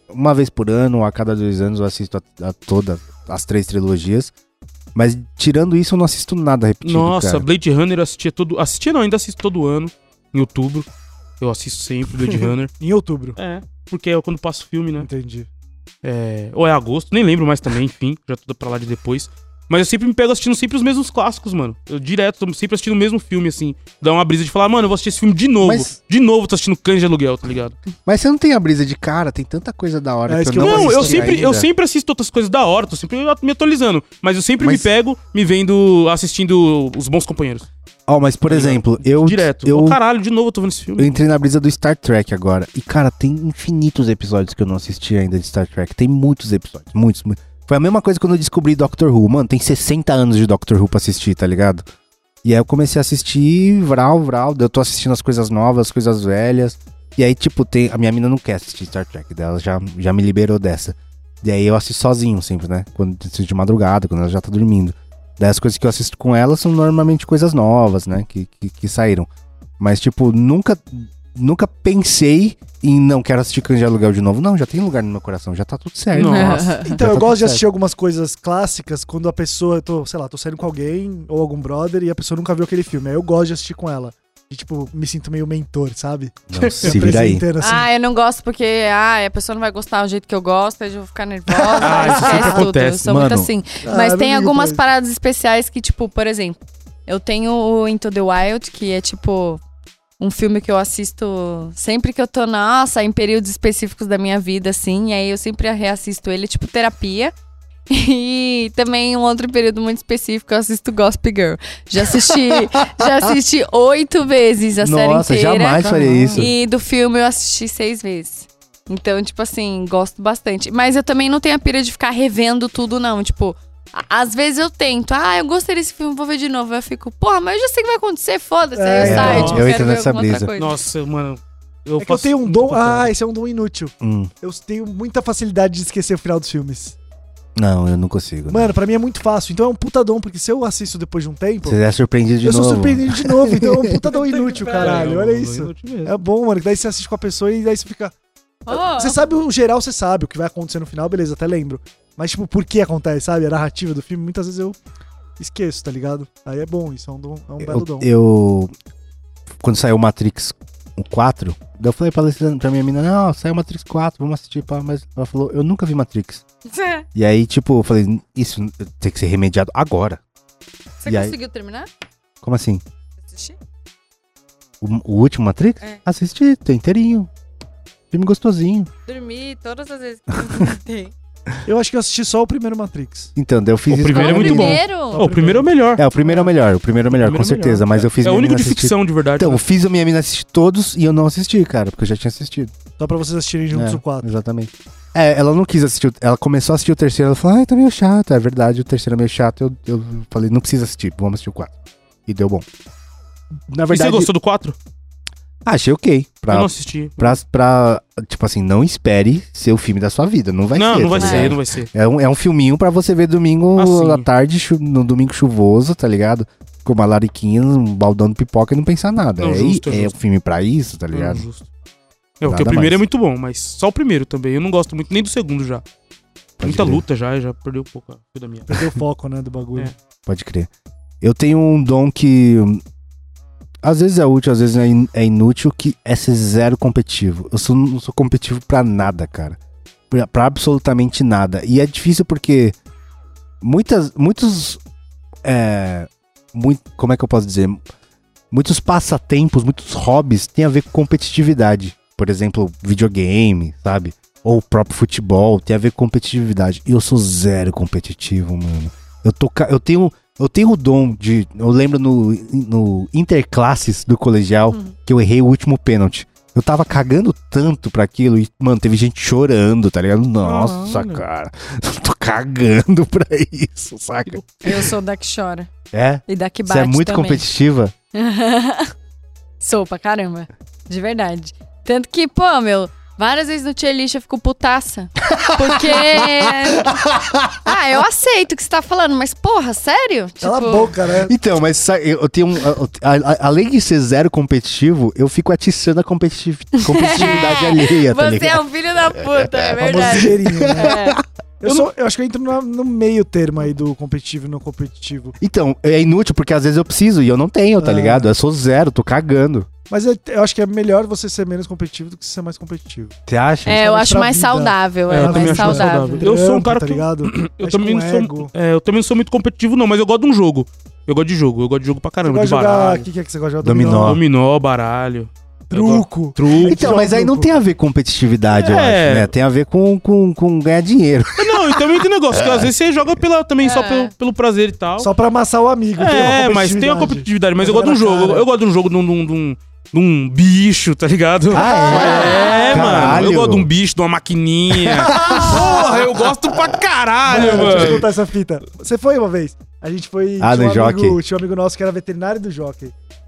uma vez por ano, ou a cada dois anos, eu assisto a, a todas as três trilogias. Mas tirando isso, eu não assisto nada repetido.
Nossa,
cara.
Blade Runner eu assistia todo. Assistia não, ainda assisto todo ano, em outubro. Eu assisto sempre Blade Runner.
Em outubro.
É, porque é quando passa o filme, né?
Entendi.
É, ou é agosto, nem lembro mais também, enfim, já tô pra lá de depois. Mas eu sempre me pego assistindo sempre os mesmos clássicos, mano. Eu direto, tô sempre assistindo o mesmo filme, assim. Dá uma brisa de falar, mano, eu vou assistir esse filme de novo.
Mas-
De novo, tô assistindo Cães de Aluguel, tá ligado?
Mas você não tem a brisa de cara, tem tanta coisa da hora
É,
que
isso
eu
que
não
eu-
Não,
assisti
eu sempre, eu
ainda.
sempre assisto outras coisas da hora, tô sempre me atualizando. Mas eu sempre
Mas-
me pego, me vendo, assistindo Os Bons Companheiros.
Ó, mas por exemplo, eu.
Direto.
Eu,
Ô, caralho, de novo eu tô vendo esse
eu
filme.
entrei na brisa do Star Trek agora. E, cara, tem infinitos episódios que eu não assisti ainda de Star Trek. Tem muitos episódios, muitos, muitos. Foi a mesma coisa quando eu descobri Doctor Who. Mano, tem 60 anos de Doctor Who pra assistir, tá ligado? E aí eu comecei a assistir Vral, Vral. Eu tô assistindo as coisas novas, as coisas velhas. E aí, tipo, tem. A minha mina não quer assistir Star Trek, daí ela já, já me liberou dessa. E aí eu assisto sozinho sempre, né? Quando assisto de madrugada, quando ela já tá dormindo. Daí as coisas que eu assisto com ela são normalmente coisas novas, né? Que, que, que saíram. Mas, tipo, nunca. Nunca pensei em não quero assistir Cães de Aluguel de novo. Não, já tem lugar no meu coração, já tá tudo certo.
Nossa.
Já
Então, eu
tá
gosto
tudo
de assistir algumas coisas clássicas quando a pessoa, eu tô, sei lá, tô saindo com alguém ou algum brother e a pessoa nunca viu aquele filme. Aí eu gosto de assistir com ela. E, tipo, me sinto meio mentor, sabe?
Não, se vira aí.
Apresentando, assim.
Ah, eu não gosto porque ah, a pessoa não vai gostar do jeito que eu gosto, aí eu vou ficar nervosa,
Ah, isso
esquece
sempre
tudo. Eu
acontece.
sou muito
Mano.
assim.
Ah,
Mas
eu
tem
não ligo
algumas
pra
paradas especiais que, tipo, por exemplo, eu tenho o Into the Wild, que é tipo um filme que eu assisto sempre que eu tô, nossa, em períodos específicos da minha vida, assim, e aí eu sempre reassisto ele, tipo, terapia. E também um outro período muito específico, eu assisto Gossip Girl. Já assisti, já assisti oito vezes a
Nossa,
série inteira.
jamais faria isso.
E do filme eu assisti seis vezes. Então, tipo assim, gosto bastante. Mas eu também não tenho a pira de ficar revendo tudo, não. Tipo, a- às vezes eu tento. Ah, eu gostei desse filme, vou ver de novo. Eu fico, porra, mas eu já sei o que vai acontecer, foda-se. Aí
É,
eu saio,
eu
tipo,
então. entro
quero ver
nessa
alguma
brisa.
outra coisa.
Nossa, mano.
É
Eu,
que eu
faço
tenho um
muito
dom.
papel.
Ah, esse é um dom inútil.
Hum,
Eu tenho muita facilidade de esquecer o final dos filmes.
não, eu não consigo. né?
Mano, pra mim é muito fácil. Então é um puta dom, porque se eu assisto depois de um tempo,
Você é surpreendido de
eu
novo.
sou surpreendido de novo. Então é um puta dom inútil,
Puta que
caralho.
pariu,
Olha
mano,
isso.
eu te mesmo.
É bom, mano, que daí você assiste com a pessoa e daí você fica.
Oh.
Você sabe o geral, você sabe o que vai acontecer no final, beleza, até lembro. Mas, tipo, por que acontece, sabe? A narrativa do filme, muitas vezes eu esqueço, tá ligado? Aí é bom, isso é um, dom, é um belo
eu,
dom.
eu- Quando saiu Matrix 4, daí eu falei pra, Alessandra- pra minha mina, não, saiu Matrix 4, vamos assistir. Pá. Mas ela falou, eu nunca vi Matrix. E aí, tipo, eu falei, isso tem que ser remediado agora.
Você
E aí?
conseguiu terminar?
Como assim?
Assisti?
O, o último Matrix?
É.
Assisti, tô inteirinho. Filme gostosinho.
Dormi todas as vezes que tem.
Eu acho que eu assisti só o primeiro Matrix.
Então, daí eu fiz
O
isso.
primeiro é
com a
muito bom.
menina.
Primeiro?
Ô, o primeiro é o melhor.
É, o primeiro é o melhor, o primeiro é o melhor, com
primeiro é o melhor,
certeza. mas eu fiz
É o
minha
único
menina
de
assistir.
ficção, de verdade.
Então,
né?
eu fiz a minha menina assistir todos e eu não assisti, cara, porque eu já tinha assistido.
Só pra vocês assistirem juntos
É,
o 4.
Exatamente. É, ela não quis assistir. o- Ela começou a assistir o terceiro. Ela falou, ai, tá meio chato. É verdade, o terceiro é meio chato. Eu, eu falei, não precisa assistir, vamos assistir o 4. E deu bom. Na
E você
verdade,
gostou do 4?
achei ok.
Eu
Pra,
não assisti.
pra, pra, tipo assim, não espere ser o filme da sua vida. Não vai
não,
ser.
não vai
tá
ser,
ligado?
não vai ser.
É um, é um filminho pra você ver domingo
Assim.
à tarde, chu- no domingo chuvoso, tá ligado? Com uma lariquinha, um baldão de pipoca e não pensar nada.
Não,
é,
justo,
é
justo. Hum.
um filme pra isso, tá ligado?
Não, justo. É, porque
Nada
o
mais.
primeiro é muito bom, mas só o primeiro também. Eu não gosto muito nem do segundo já.
Pode
Muita
crer.
luta já, já perdeu um pouco a vida minha.
Perdeu o foco, né, do bagulho.
É.
Pode crer. Eu tenho um dom que hum, às vezes é útil, às vezes é in- é inútil, que é ser zero competitivo. Eu sou, não sou competitivo pra nada, cara. Pra, pra absolutamente nada. E é difícil porque muitas, muitos, é, mui- como é que eu posso dizer? Muitos passatempos, muitos hobbies têm a ver com competitividade. Por exemplo, videogame, sabe? Ou o próprio futebol tem a ver com competitividade. E eu sou zero competitivo, mano. Eu, tô, ca- eu tenho eu tenho o dom de. Eu lembro no, no Interclasses do colegial
Hum.
que eu errei o último pênalti. Eu tava cagando tanto pra aquilo e, mano, teve gente chorando, tá ligado? Nossa,
Caralho.
cara. Eu tô cagando pra isso, saca?
Eu sou da que chora.
É?
E da que bate
Você é muito
também.
competitiva?
Sou pra caramba. De verdade. Tanto que, pô, meu, várias vezes no tier list eu fico putaça. Porque. ah, eu aceito o que você tá falando, mas porra, sério?
Cala
Tipo,
a boca, né?
Então, mas sa- eu eu tenho um. eu- eu- a- a- além de ser zero competitivo, eu fico atiçando a competitiv- competitividade alheia, tá
Você é
ligado?
um filho da puta, é
Famoso
verdade.
ligeirinho, né?
É.
Eu, sou- eu acho que eu entro na- no meio termo aí do competitivo e não competitivo.
Então, é inútil porque às vezes eu preciso e eu não tenho, tá
Ah.
ligado? Eu sou zero, tô cagando.
Mas eu, eu acho que é melhor você ser menos competitivo do que ser mais competitivo.
Você acha?
É, eu
Principalmente
acho
pra
mais
vida.
saudável.
É,
É,
eu também
mais
acho mais
saudável.
saudável. Eu sou um cara
tá
que-
ligado?
Eu
Mexe
também,
com
não
o
sou,
ego.
é, eu também não sou muito competitivo, não, mas eu gosto de um jogo. Eu gosto de jogo, eu gosto de jogo pra
Você
caramba,
gosta
de
de jogar...
baralho.
O que, que é que você gosta de jogar?
Dominó.
Dominó, baralho. Eu gosto-
Truco.
Truco.
Então, mas aí não tem a ver com competitividade, eu
É.
acho, né? Tem a ver com, com, com ganhar dinheiro.
Não, e também tem negócio, que às
É.
vezes você joga pela, também só
É.
pelo, pelo prazer e tal.
Só pra amassar o amigo. tem uma
é, mas tem a
competitividade.
competitividade, mas eu
Joga
gosto de um
na
jogo.
cara.
Eu gosto de um jogo de um, de um, de um- de um bicho, tá ligado?
Ah, é?
É, mano.
Caralho.
Eu gosto de um bicho, de uma maquininha. Porra, eu gosto pra caralho,
Mano, Deixa eu te
mano.
contar essa fita. Você foi uma vez. A gente foi.
Ah,
tinha
no
um amigo,
jockey.
Tinha um amigo nosso que era veterinário do jockey.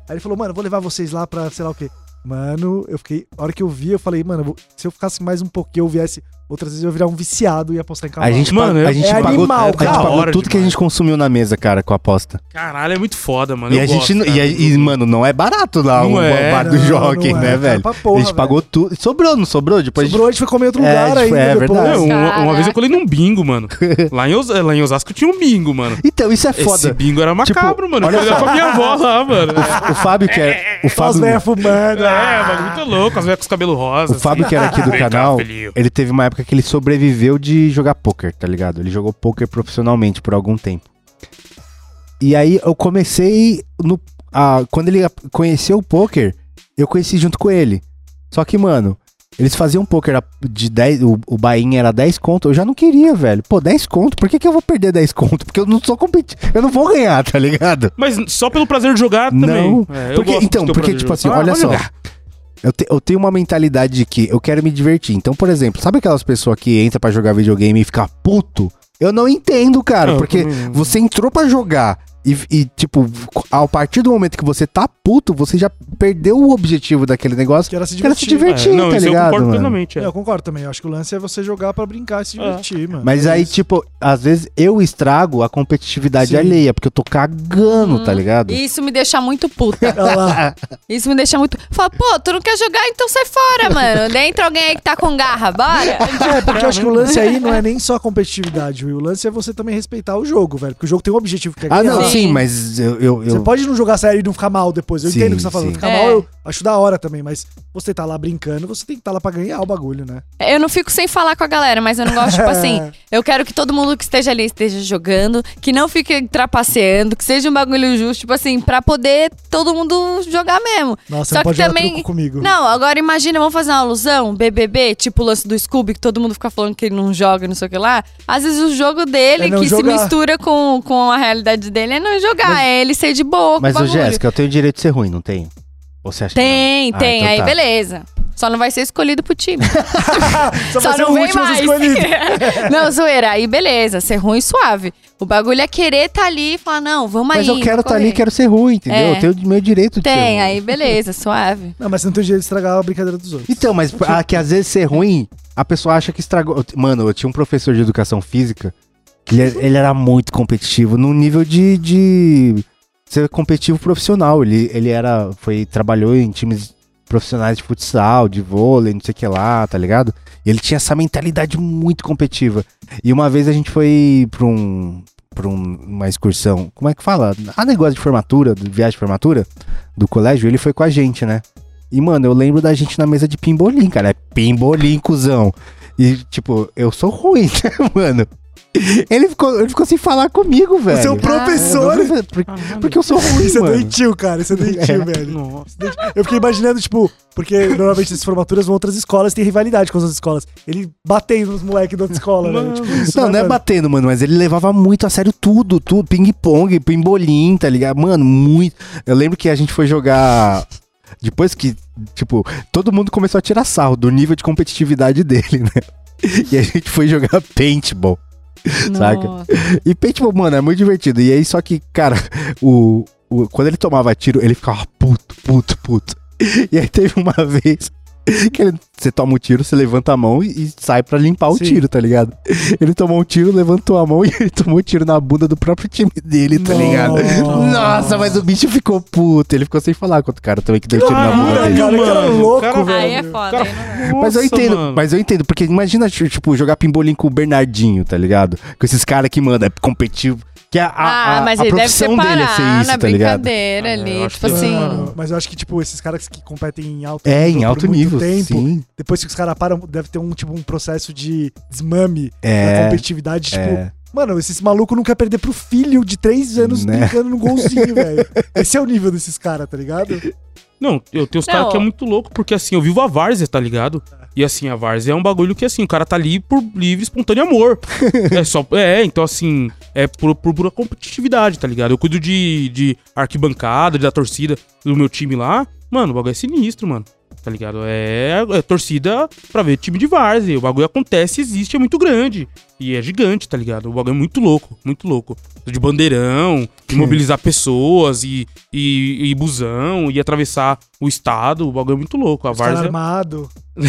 Aí ele falou, mano, vou levar vocês lá pra sei lá o quê. Mano, eu fiquei. A hora que eu vi, eu falei, mano, eu vou- se eu ficasse mais um pouquinho, eu viesse outras vezes, eu ia virar um viciado e ia apostar em
A
cavalo.
gente, pa-
Mano, é-
a gente
é
pagou,
animal,
a gente
cara. Da
pagou
hora
tudo que a
demais.
gente consumiu na mesa, cara, com a aposta.
Caralho, é muito foda, mano.
E
eu
a gente.
gosto,
não- e,
cara.
a- e, mano, não é barato lá
Não
o
é,
bar do
não,
jockey,
não é,
né,
cara,
velho?
pra porra,
a gente
velho.
pagou tudo. Sobrou, não sobrou? Depois
Sobrou, a gente foi comer em outro
É,
lugar
tipo,
ainda
é
depois.
verdade.
Não, uma, uma vez
Caraca.
eu colei num bingo, mano. Lá em, Os- lá em Osasco tinha um bingo, mano.
a gente... Então, isso é
Esse
foda.
bingo era macabro, mano. Eu
olha
fui dar pra minha avó lá, mano.
O Fábio que é. O
Só as
Fábio,
velhas fumando. Ah.
né? É, mano, muito louco. As velhas com os cabelos rosa.
Ah. o Fábio que era aqui do
Vem cá,
canal,
filhinho.
ele teve uma época que ele sobreviveu de jogar pôquer, tá ligado? Ele jogou pôquer profissionalmente por algum tempo. E aí eu comecei no a- quando ele ap- conheceu o pôquer, eu conheci junto com ele. Só que, mano, eles faziam pôquer a- de 10, o, o bainha era 10 conto, eu já não queria, velho. Pô, 10 conto, por que, que eu vou perder 10 conto? Porque eu não sou competitivo, eu não vou ganhar, tá ligado?
Mas só pelo prazer de jogar também.
Não.
É, eu
Porque-
gosto de
então,
ter o
porque,
prazer de
tipo assim,
jogar. é,
olha
vou
só.
jogar.
Eu, te- eu tenho uma mentalidade de que eu quero me divertir. Então, por exemplo, sabe aquelas pessoas que entram pra jogar videogame e ficar puto? Eu não entendo, cara,
Não, eu
porque
também não.
você entrou pra jogar e, e, tipo, a partir do momento que você tá puto, você já perdeu o objetivo daquele negócio.
Que era se
Que era se
divertir.
divertir,
não,
tá
isso eu
ligado?
concordo
mano?
plenamente. é.
Eu concordo também. Eu acho que o lance é você jogar pra brincar e se divertir, mano.
Mas
É
aí,
isso.
tipo, às vezes eu estrago a competitividade
Sim.
alheia, porque eu tô cagando, tá ligado?
E Isso me deixa muito puta.
Olha lá.
Isso me deixa muito. Fala, pô, tu não quer jogar, então sai fora, mano. Entra alguém aí que tá com garra, bora.
É, porque eu acho que o lance aí não é nem só a competitividade, Will. O lance é você também respeitar o jogo, velho. Porque o jogo tem um objetivo que é
Ah,
ganhar.
não,
Sim,
Sim, mas eu. eu, eu-
Você pode não jogar sério e não ficar mal depois. Eu
Sim,
entendo o que você tá falando.
sim.
Ficar
É.
mal eu acho da hora também, mas você tá lá brincando, você tem que estar lá pra ganhar o bagulho, né?
Eu não fico sem falar com a galera, mas eu não gosto, tipo assim. Eu quero que todo mundo que esteja ali esteja jogando, que não fique trapaceando, que seja um bagulho justo, tipo assim, pra poder todo mundo jogar mesmo.
Nossa,
Só
não pode
que
jogar
também-
truco comigo.
Não, agora imagina, vamos fazer uma alusão, BBB, tipo o lance do Scooby, que todo mundo fica falando que ele não joga, e não sei o que lá. Às vezes o jogo dele,
É não
que se
jogar.
mistura com, com a realidade dele, é não jogar, é ele ser de boa
Mas,
com o
ô,
bagulho.
Jéssica, eu tenho direito de ser ruim, não tenho? Ou Você acha que
Tem,
não? Ah,
tem,
então
aí
tá.
beleza. Só não vai ser escolhido pro time.
Só,
Só
vai ser
não
o
vem
último
mais.
escolhido.
não, zoeira, aí beleza, ser ruim suave. O bagulho é querer tá ali e falar, não, vamos
Mas
aí.
eu quero
vou
estar ali,
correr.
quero ser ruim, entendeu?
É.
Eu tenho o meu direito de ser ruim.
Tem, aí beleza, suave.
Não, mas você não tem o direito de estragar a brincadeira dos outros.
Então,
Tipo,
mas a, que às vezes ser ruim, a pessoa acha que estragou. Mano, eu tinha um professor de educação física que ele, é, ele era muito competitivo, num nível de, de ser competitivo profissional. Ele, ele era. Foi, trabalhou em times profissionais de futsal, de vôlei, não sei o que lá, tá ligado? E ele tinha essa mentalidade muito competitiva. E uma vez a gente foi pra um. Pra um- uma excursão, como é que fala? A negócio de formatura, de viagem de formatura do colégio, ele foi com a gente, né? E, mano, eu lembro da gente na mesa de pimbolim, cara. É pimbolim, cuzão. E, tipo, eu sou ruim, né, mano? Ele ficou, ele ficou sem falar comigo, velho.
O seu um professor.
É, por- Porque eu sou ruim,
Isso é
mano.
doentio, cara. Isso é doentio, velho.
Nossa.
Eu fiquei imaginando, tipo, porque normalmente essas formaturas vão outras escolas, tem rivalidade com as outras escolas. Ele batendo nos moleques da outra escola, né? Tipo, isso,
Não,
né,
não é
mano?
batendo, mano, mas ele levava muito a sério tudo, tudo. Ping-pong, pimbolim, tá ligado? Mano, muito. Eu lembro que a gente foi jogar. Depois que, tipo, todo mundo começou a tirar sarro do nível de competitividade dele, né? E a gente foi jogar paintball. Saca?
Nossa.
E paintball, mano, é muito divertido. E aí, só que, cara, o, o- quando ele tomava tiro, ele ficava puto, puto, puto. E aí teve uma vez que ele- você toma um tiro, você levanta a mão e, e sai pra limpar o
Sim.
tiro, tá ligado? Ele tomou um tiro, levantou a mão e ele tomou um tiro na bunda do próprio time dele, tá ligado? Nossa, mas o bicho ficou puto. Ele ficou sem falar com o cara também que deu tiro na bunda
Cara,
dele.
cara, cara
Mano,
louco,
cara-
velho.
Aí é foda, aí não dá.
Mas eu
Nossa,
entendo,
mano.
mas eu entendo, porque imagina, tipo, jogar pimbolim com o Bernardinho, tá ligado? Com esses caras que manda, é competitivo. Que é a, a,
Ah,
a-
mas
a
ele deve
profissão
separar
dele é ser isso,
na
tá ligado?
brincadeira
Ah, eu
ali.
acho
Tipo
que-
assim.
Mano, mas eu acho que, tipo, esses caras que competem em alto
É, em
por
alto
muito
nível,
tempo,
sim.
Depois que os caras param, deve ter um, tipo, um processo de desmame da
É,
competitividade. Tipo,
é.
mano, esse maluco não quer perder pro filho de três anos
Né?
brincando no golzinho, velho. Esse é o nível desses caras, tá ligado?
Não, eu tenho os
Não.
caras que é muito louco, porque assim, eu vivo a Várzea, tá ligado? E assim, a Várzea é um bagulho que assim, o cara tá ali por livre, espontâneo amor. é só. É, então assim, é por, por pura competitividade, tá ligado? Eu cuido de, de arquibancada, da torcida do meu time lá. Mano, o bagulho é sinistro, mano. Tá ligado? É, é torcida pra ver time de Várzea. O bagulho acontece, existe, é muito grande. E é gigante, tá ligado? O bagulho é muito louco, muito louco. De bandeirão, de mobilizar pessoas e, e, e busão, e atravessar o estado. O bagulho é muito louco. A
Os caras
Várzea.
armado.
o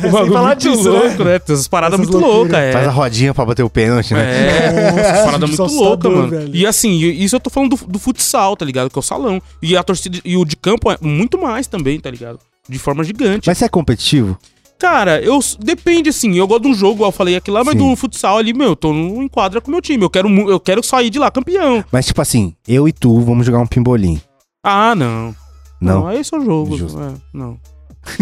sem
bagulho é
falar
muito
disso, né?
louco, né? Tem essas paradas
Essas
muito
loucuras.
loucas, é.
Faz a rodinha pra bater o pênalti, né?
É,
Nossa,
parada
que
muito louca,
assustador,
mano.
velho.
E assim, e- isso eu tô falando do, do futsal, tá ligado? Que é o salão. E a torcida e o de campo é muito mais também, tá ligado? De forma gigante.
Mas você é competitivo?
Cara, eu depende assim, eu gosto de um jogo, igual eu falei aqui lá, mas
Sim.
do futsal ali, meu, eu tô no enquadra com o meu time. Eu quero, mu- eu quero sair de lá campeão.
Mas, tipo assim, eu e tu vamos jogar um pimbolim.
Ah, não.
Não.
é esse é o jogo.
Justo.
É, não.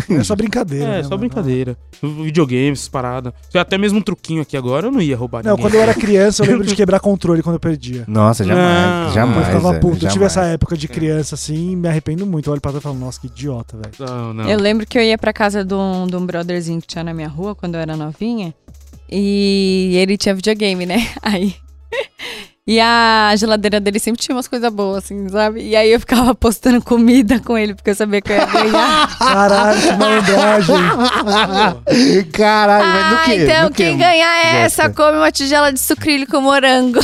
É só brincadeira.
É,
né,
só
mano?
brincadeira. Videogames, parada. Até mesmo um truquinho aqui agora, eu não ia roubar
Não,
ninguém.
quando eu era criança, eu lembro de quebrar controle quando eu perdia.
Nossa, jamais.
Não.
jamais.
é? eu ficava
velho,
puto. Eu tive
jamais.
essa época de criança assim e me arrependo muito. Eu olho pra trás e falo, nossa, que idiota, velho.
Não, não.
Eu lembro que eu ia pra casa de um, de um brotherzinho que tinha na minha rua quando eu era novinha. E ele tinha videogame, né? Aí. E a geladeira dele sempre tinha umas coisas boas, assim, sabe? E aí eu ficava postando comida com ele, porque eu sabia que eu ia ganhar.
Caralho, que malandragem.
Caralho, mas
ah,
do quê?
então
do quê?
quem ganhar essa
Jéssica?
come uma tigela de sucrilho com morango.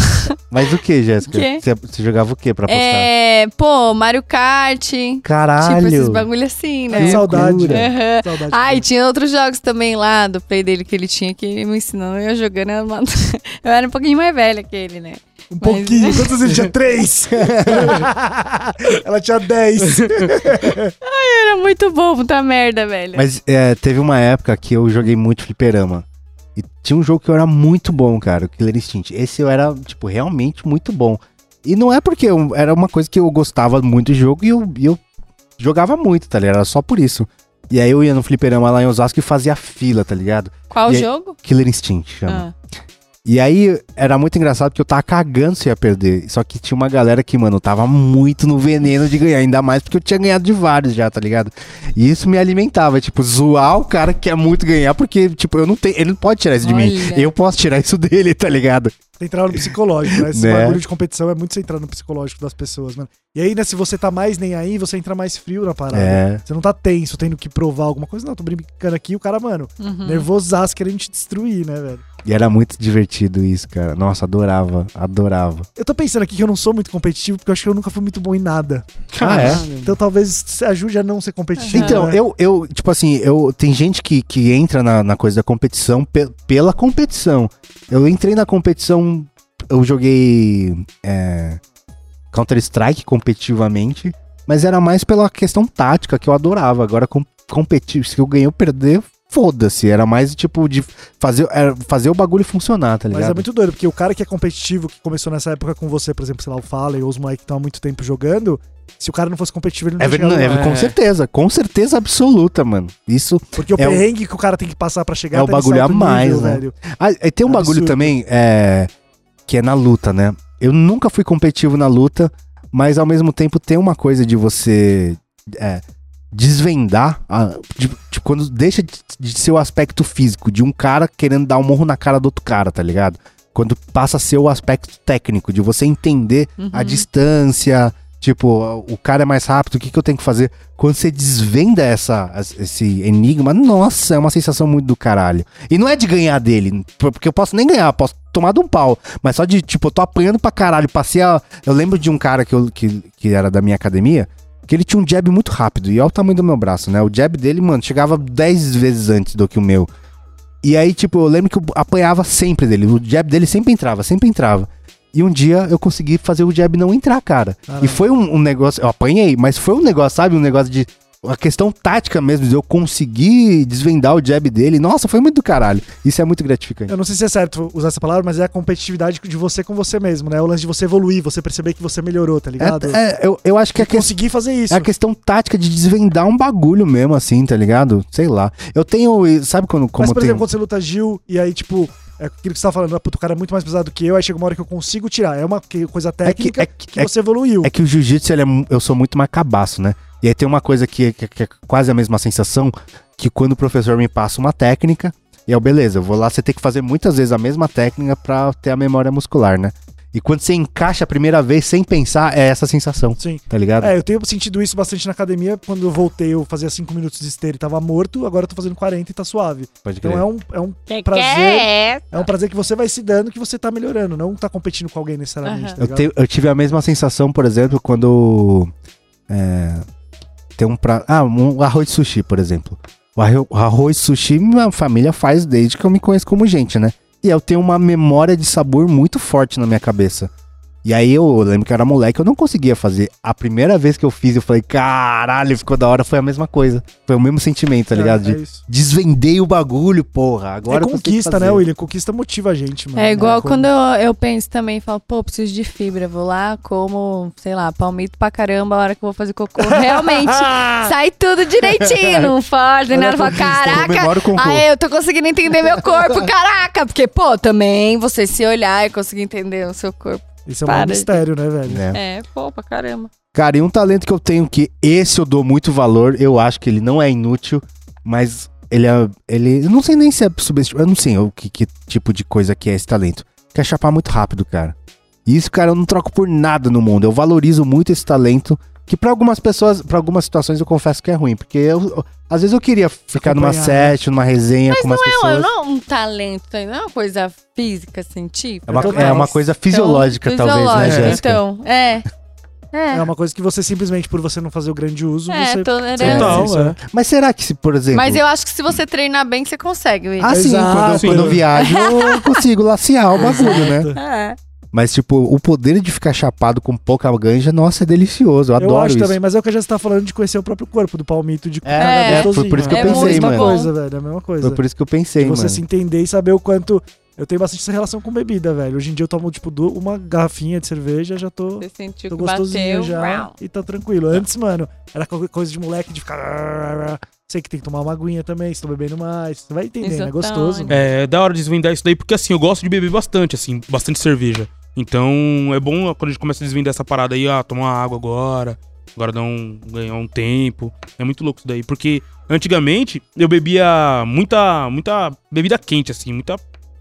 Mas o que, Jéssica?
O quê?
Você, você jogava o que pra apostar?
É, pô, Mario Kart.
Caralho.
Tipo, esses bagulho assim, né?
Que saudade.
loucura.
Aham.
É. Uhum. Saudade. Um
Ai, Ah, tinha outros jogos também lá do play dele que ele tinha que ele me ensinou, eu ia jogando. Eu, matava. eu era um pouquinho mais velha que ele, né?
um pouquinho. Quantos ele tinha? Três. Ela tinha dez.
Era muito bom, puta merda, velho.
Mas é, teve uma época que eu joguei muito fliperama. E tinha um jogo que eu era muito bom, cara, o Killer Instinct. Esse eu era, tipo, realmente muito bom. E não é porque eu- era uma coisa que eu gostava muito de jogo e eu, e eu jogava muito, tá ligado? Era só por isso. E aí eu ia no fliperama lá em Osasco e fazia fila, tá ligado?
Qual
E aí-
jogo?
Killer Instinct chama.
Ah.
E aí era muito engraçado porque eu tava cagando se eu ia perder. Só que tinha uma galera que, mano, tava muito no veneno de ganhar. Ainda mais porque eu tinha ganhado de vários já, tá ligado? E isso me alimentava, tipo, zoar o cara que quer muito ganhar, porque, tipo, eu não tenho. Ele não pode tirar isso de mim.
Olha.
Eu posso tirar isso dele, tá ligado?
Central no psicológico, né? Esse
Né?
bagulho de competição é muito centrado no psicológico das pessoas, mano. E aí, né, se você tá mais nem aí, você entra mais frio na parada.
É.
Você não tá tenso, tendo que provar alguma coisa. Não, tô brincando aqui, o cara, mano, nervosaço, querendo te destruir, né, velho?
E era muito divertido isso, cara. Nossa, adorava, adorava.
Eu tô pensando aqui que eu não sou muito competitivo, porque eu acho que eu nunca fui muito bom em nada.
Ah, é?
Então talvez se ajude a não ser competitivo.
Então,
né?
eu, eu, tipo assim, eu tem gente que, que entra na, na coisa da competição pe- pela competição. Eu entrei na competição, eu joguei é, Counter-Strike competitivamente, mas era mais pela questão tática que eu adorava. Agora, com, competir, se eu ganhei ou perder, foda-se. Era mais tipo de fazer, era fazer o bagulho funcionar, tá ligado?
Mas é muito doido, porque o cara que é competitivo, que começou nessa época com você, por exemplo, sei lá, o Fallen ou os moleques que estão há muito tempo jogando, se o cara não fosse competitivo, ele não
É
tinha
verdade, é, com
É.
certeza, com certeza absoluta, mano. Isso
Porque o
É o-
perrengue que o cara tem que passar pra chegar
É o
até esse
bagulho a
alto nível,
mais, né?
velho.
Ah, e tem um bagulho
Absurdo.
também é, que é na luta, né? Eu nunca fui competitivo na luta, mas ao mesmo tempo tem uma coisa de você é, desvendar, a- de- tipo, quando deixa de, de ser o aspecto físico de um cara querendo dar um morro na cara do outro cara, tá ligado? Quando passa a ser o aspecto técnico, de você entender a distância, tipo, o cara é mais rápido, o que, que eu tenho que fazer? Quando você desvenda essa, esse enigma, nossa, é uma sensação muito do caralho. E não é de ganhar dele, por- porque eu posso nem ganhar, posso tomar de um pau. Mas só de, tipo, eu tô apanhando pra caralho. Passei a. Eu lembro de um cara que, eu- que, que era da minha academia, que ele tinha um jab muito rápido. E olha o tamanho do meu braço, né? O jab dele, mano, chegava 10 vezes antes do que o meu. E aí, tipo, eu lembro que eu apanhava sempre dele. O jab dele sempre entrava, sempre entrava. E um dia eu consegui fazer o jab não entrar, cara. E foi um, um negócio. Eu apanhei, mas foi um negócio, sabe? Um negócio de. A questão tática mesmo, de eu conseguir desvendar o jab dele. Nossa, foi muito do caralho. Isso é muito gratificante.
Eu não sei se é certo usar essa palavra, mas é a competitividade de você com você mesmo, né? O lance de você evoluir, você perceber que você melhorou, tá ligado?
É, é, eu, eu acho que a, que,
Conseguir fazer isso.
é a questão tática de desvendar um bagulho mesmo, assim, tá ligado? Sei lá. Eu tenho. Sabe quando. Como
mas, por
eu tenho...
exemplo, quando você luta Gil e aí, tipo, é aquilo que você tá falando, ah, puta, o cara é muito mais pesado que eu, aí chega uma hora que eu consigo tirar. É uma que- coisa técnica
é
que,
que- é que-
você evoluiu.
É que o jiu-jitsu, ele é mu- eu sou muito mais cabaço, né? E aí tem uma coisa que, que- que é quase a mesma sensação, que quando o professor me passa uma técnica, e eu, beleza, eu vou lá, você tem que fazer muitas vezes a mesma técnica pra ter a memória muscular, né? E quando você encaixa a primeira vez sem pensar, é essa sensação,
Sim.
tá ligado?
É, eu tenho sentido isso bastante na academia. Quando eu voltei, eu fazia 5 minutos de esteira e tava morto. Agora eu tô fazendo 40 e tá suave.
Pode
Então é um, é um prazer.
é?
Ah.
É um prazer que você vai se dando, que você tá melhorando. Não tá competindo com alguém
Aham.
necessariamente, tá
Eu,
ligado?
te- eu tive a mesma sensação, por exemplo, quando. é, tem um prato. Ah, um arroz sushi, por exemplo. O arro- o arroz sushi minha família faz desde que eu me conheço como gente, né? E eu tenho uma memória de sabor muito forte na minha cabeça. E aí eu lembro que eu era moleque, eu não conseguia fazer. A primeira vez que eu fiz, eu falei, caralho, ficou da hora, foi a mesma coisa. Foi o mesmo sentimento, tá ligado?
É,
De
é isso.
desvendei o bagulho, porra. Agora eu
É
consigo
conquista, né,
fazer.
William? Conquista motiva a gente, mano.
É igual
como-
quando eu, eu penso também, falo, pô, preciso de fibra, vou lá, como, sei lá, palmito pra caramba a hora que eu vou fazer cocô. Realmente,
Ah!
sai tudo direitinho, não foge, nem
Olha
nada.
a
Fala,
é
conquista, comemora
caraca,
o concurso."
aí eu tô conseguindo entender meu corpo, caraca. Porque, pô, também você se olhar e conseguir entender o seu corpo.
Isso é um
Para.
mistério, né, velho?
É.
É, pô, pra caramba.
Cara, e um talento que eu tenho que esse eu dou muito valor, eu acho que ele não é inútil, mas ele é. Ele, eu não sei nem se é subestimado, eu não sei o que, que tipo de coisa que é esse talento. Que é chapar muito rápido, cara. E isso, cara, eu não troco por nada no mundo. Eu valorizo muito esse talento, que pra algumas pessoas, pra algumas situações eu confesso que é ruim, porque eu, eu- às vezes eu queria ficar numa
Acompanhar, né?
session, numa resenha com umas
Não, eu
pessoas.
não é um talento, não é uma coisa física, científica.
É uma, é
total.
uma coisa fisiológica,
Então,
talvez, né,
fisiológica,
Jéssica?
Então, é. É,
É uma coisa que você simplesmente, por você não fazer o grande uso,
é,
você.
tolerância.
Total,
isso,
é.
né?
Mas será que, se, por exemplo.
Mas eu acho que se você treinar bem, você consegue, Will.
Ah, sim,
Exato.
quando, eu- quando eu viajo, eu consigo laciar o bagulho, né?
É.
Mas, tipo, o poder de ficar chapado com pouca ganja, nossa, é delicioso. Eu,
Eu
adoro
acho
isso.
também, mas é o que a gente tá falando de conhecer o próprio corpo, do palmito, de
é,
foi por isso que eu
É
pensei,
muito
É a mesma
mano.
bom.
coisa, velho. É a mesma coisa.
Foi por isso que eu pensei,
você
mano.
se entender e saber o quanto Eu tenho bastante essa relação com bebida, velho. Hoje em dia eu tomo, tipo, du- uma garrafinha de cerveja, já tô,
Você sentiu
tô
que
gostosinho
bateu.
já
Uau.
e tá tranquilo. Antes, mano, era co- coisa de moleque de ficar. Sei que tem que tomar uma aguinha também, se tô bebendo mais. Você vai entendendo, é
Isotônico.
gostoso. mano.
É, da hora de desvendar isso daí, porque assim, eu gosto de beber bastante, assim, bastante cerveja. Então é bom quando a gente começa a desvendar essa parada aí, ah, tomar água agora, agora dar um, ganhar um tempo. É muito louco isso daí, porque antigamente eu bebia muita, muita bebida quente, assim, muita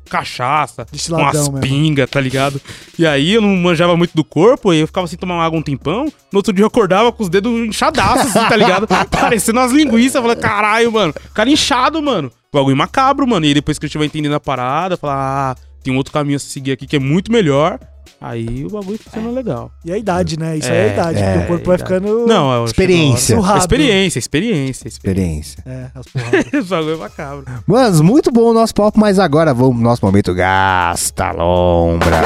cachaça, com
Destiladão
umas
mesmo.
pingas, tá ligado? E aí eu não manjava muito do corpo, e eu ficava sem tomar água um tempão. No outro dia eu acordava com os dedos inchadaços, assim, tá ligado? Parecendo umas linguiças. Eu falei, caralho, mano. Cara é inchado, mano. Bagulho macabro, mano. E aí depois que a gente vai entendendo a parada, falar, ah, tem um outro caminho a se seguir aqui que é muito melhor. Aí o bagulho fica sendo legal.
E a idade, né? Isso aí é a
É,
idade, porque o corpo vai
é,
ficando.
Não, eu acho que
Experiência.
da hora.
Surrado.
Experiência, experiência, experiência.
Experiência.
É, as porradas.
Esse bagulho é macabro.
Mas muito bom o nosso papo, mas agora vamos pro nosso momento Gasta Lombra.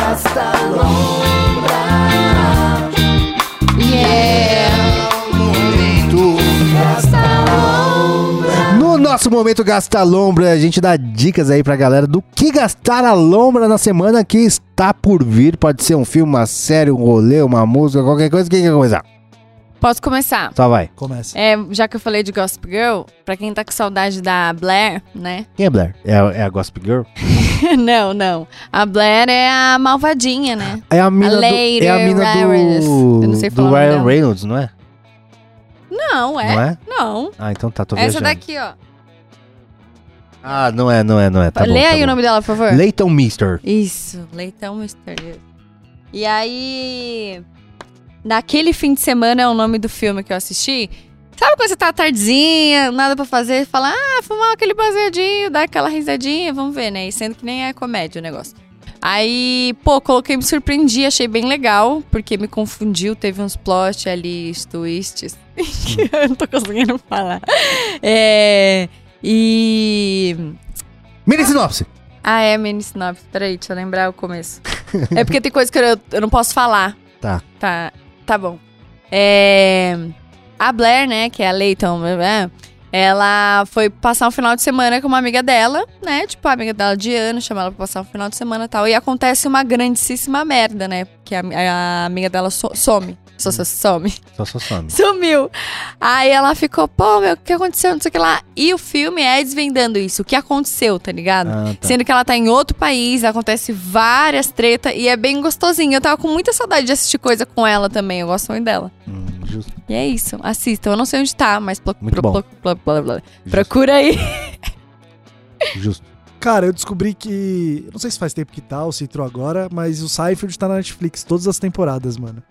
No nosso momento Gasta Lombra, a gente dá dicas aí pra galera do que gastar a lombra na semana que está por vir. Pode ser um filme, uma série, um rolê, uma música, qualquer coisa. Quem quer começar?
Posso começar?
Só vai.
Começa.
É, já que eu falei de Gossip Girl, pra quem tá com saudade da Blair, né?
Quem é Blair? É, a- é a Gossip Girl?
não, não. A Blair é a malvadinha, né?
É a mina do...
Lady
É a mina
Reyes.
do...
Eu não sei
do
falar o nome
Ryan
dela.
Reynolds, não é?
Não, é.
Não é?
Não.
Ah, então tá, tô
Essa
viajando.
daqui, ó.
Ah, não é, não é, não é. Tá bom,
Lê
tá
aí
bom.
o nome dela, por favor.
Leighton Mister.
Isso, leitão misterioso. E aí, naquele fim de semana é o nome do filme que eu assisti. Sabe quando você tá tardezinha, nada pra fazer, fala, ah, fumar aquele baseadinho, dar aquela risadinha, vamos ver, né? E sendo que nem é comédia o negócio. Aí, pô, coloquei, me surpreendi, achei bem legal, porque me confundiu, teve uns plot ali, twists, que eu não tô conseguindo falar. É, e...
Mini sinopse.
Ah, é, mini sinopse. Peraí, deixa eu lembrar o começo. é porque tem coisa que eu, eu não posso falar.
Tá.
Tá, tá bom. É, a Blair, né, que é a Leighton, né, ela foi passar um final de semana com uma amiga dela, né? Tipo, a amiga dela de ano, chama ela pra passar um final de semana e tal. E acontece uma grandíssima merda, né? Porque a, a amiga dela so- some. So- so- some.
Só só some.
Sumiu. Aí ela ficou, pô, meu, o que aconteceu? Não sei o que lá. E o filme é desvendando isso. O que aconteceu, tá ligado?
Ah, tá.
Sendo que ela tá em outro país, acontece várias tretas e é bem gostosinho. Eu tava com muita saudade de assistir coisa com ela também, eu gosto muito dela.
Hum, justo,
E é isso, assistam. Eu não sei onde tá, mas plo-
Muito
pro-
bom.
plo- plo- plo- plo-
justo,
procura aí.
justo.
Cara, eu descobri que. eu Não sei se faz tempo que tá ou se entrou agora, mas o Seinfeld tá na Netflix, todas as temporadas, mano.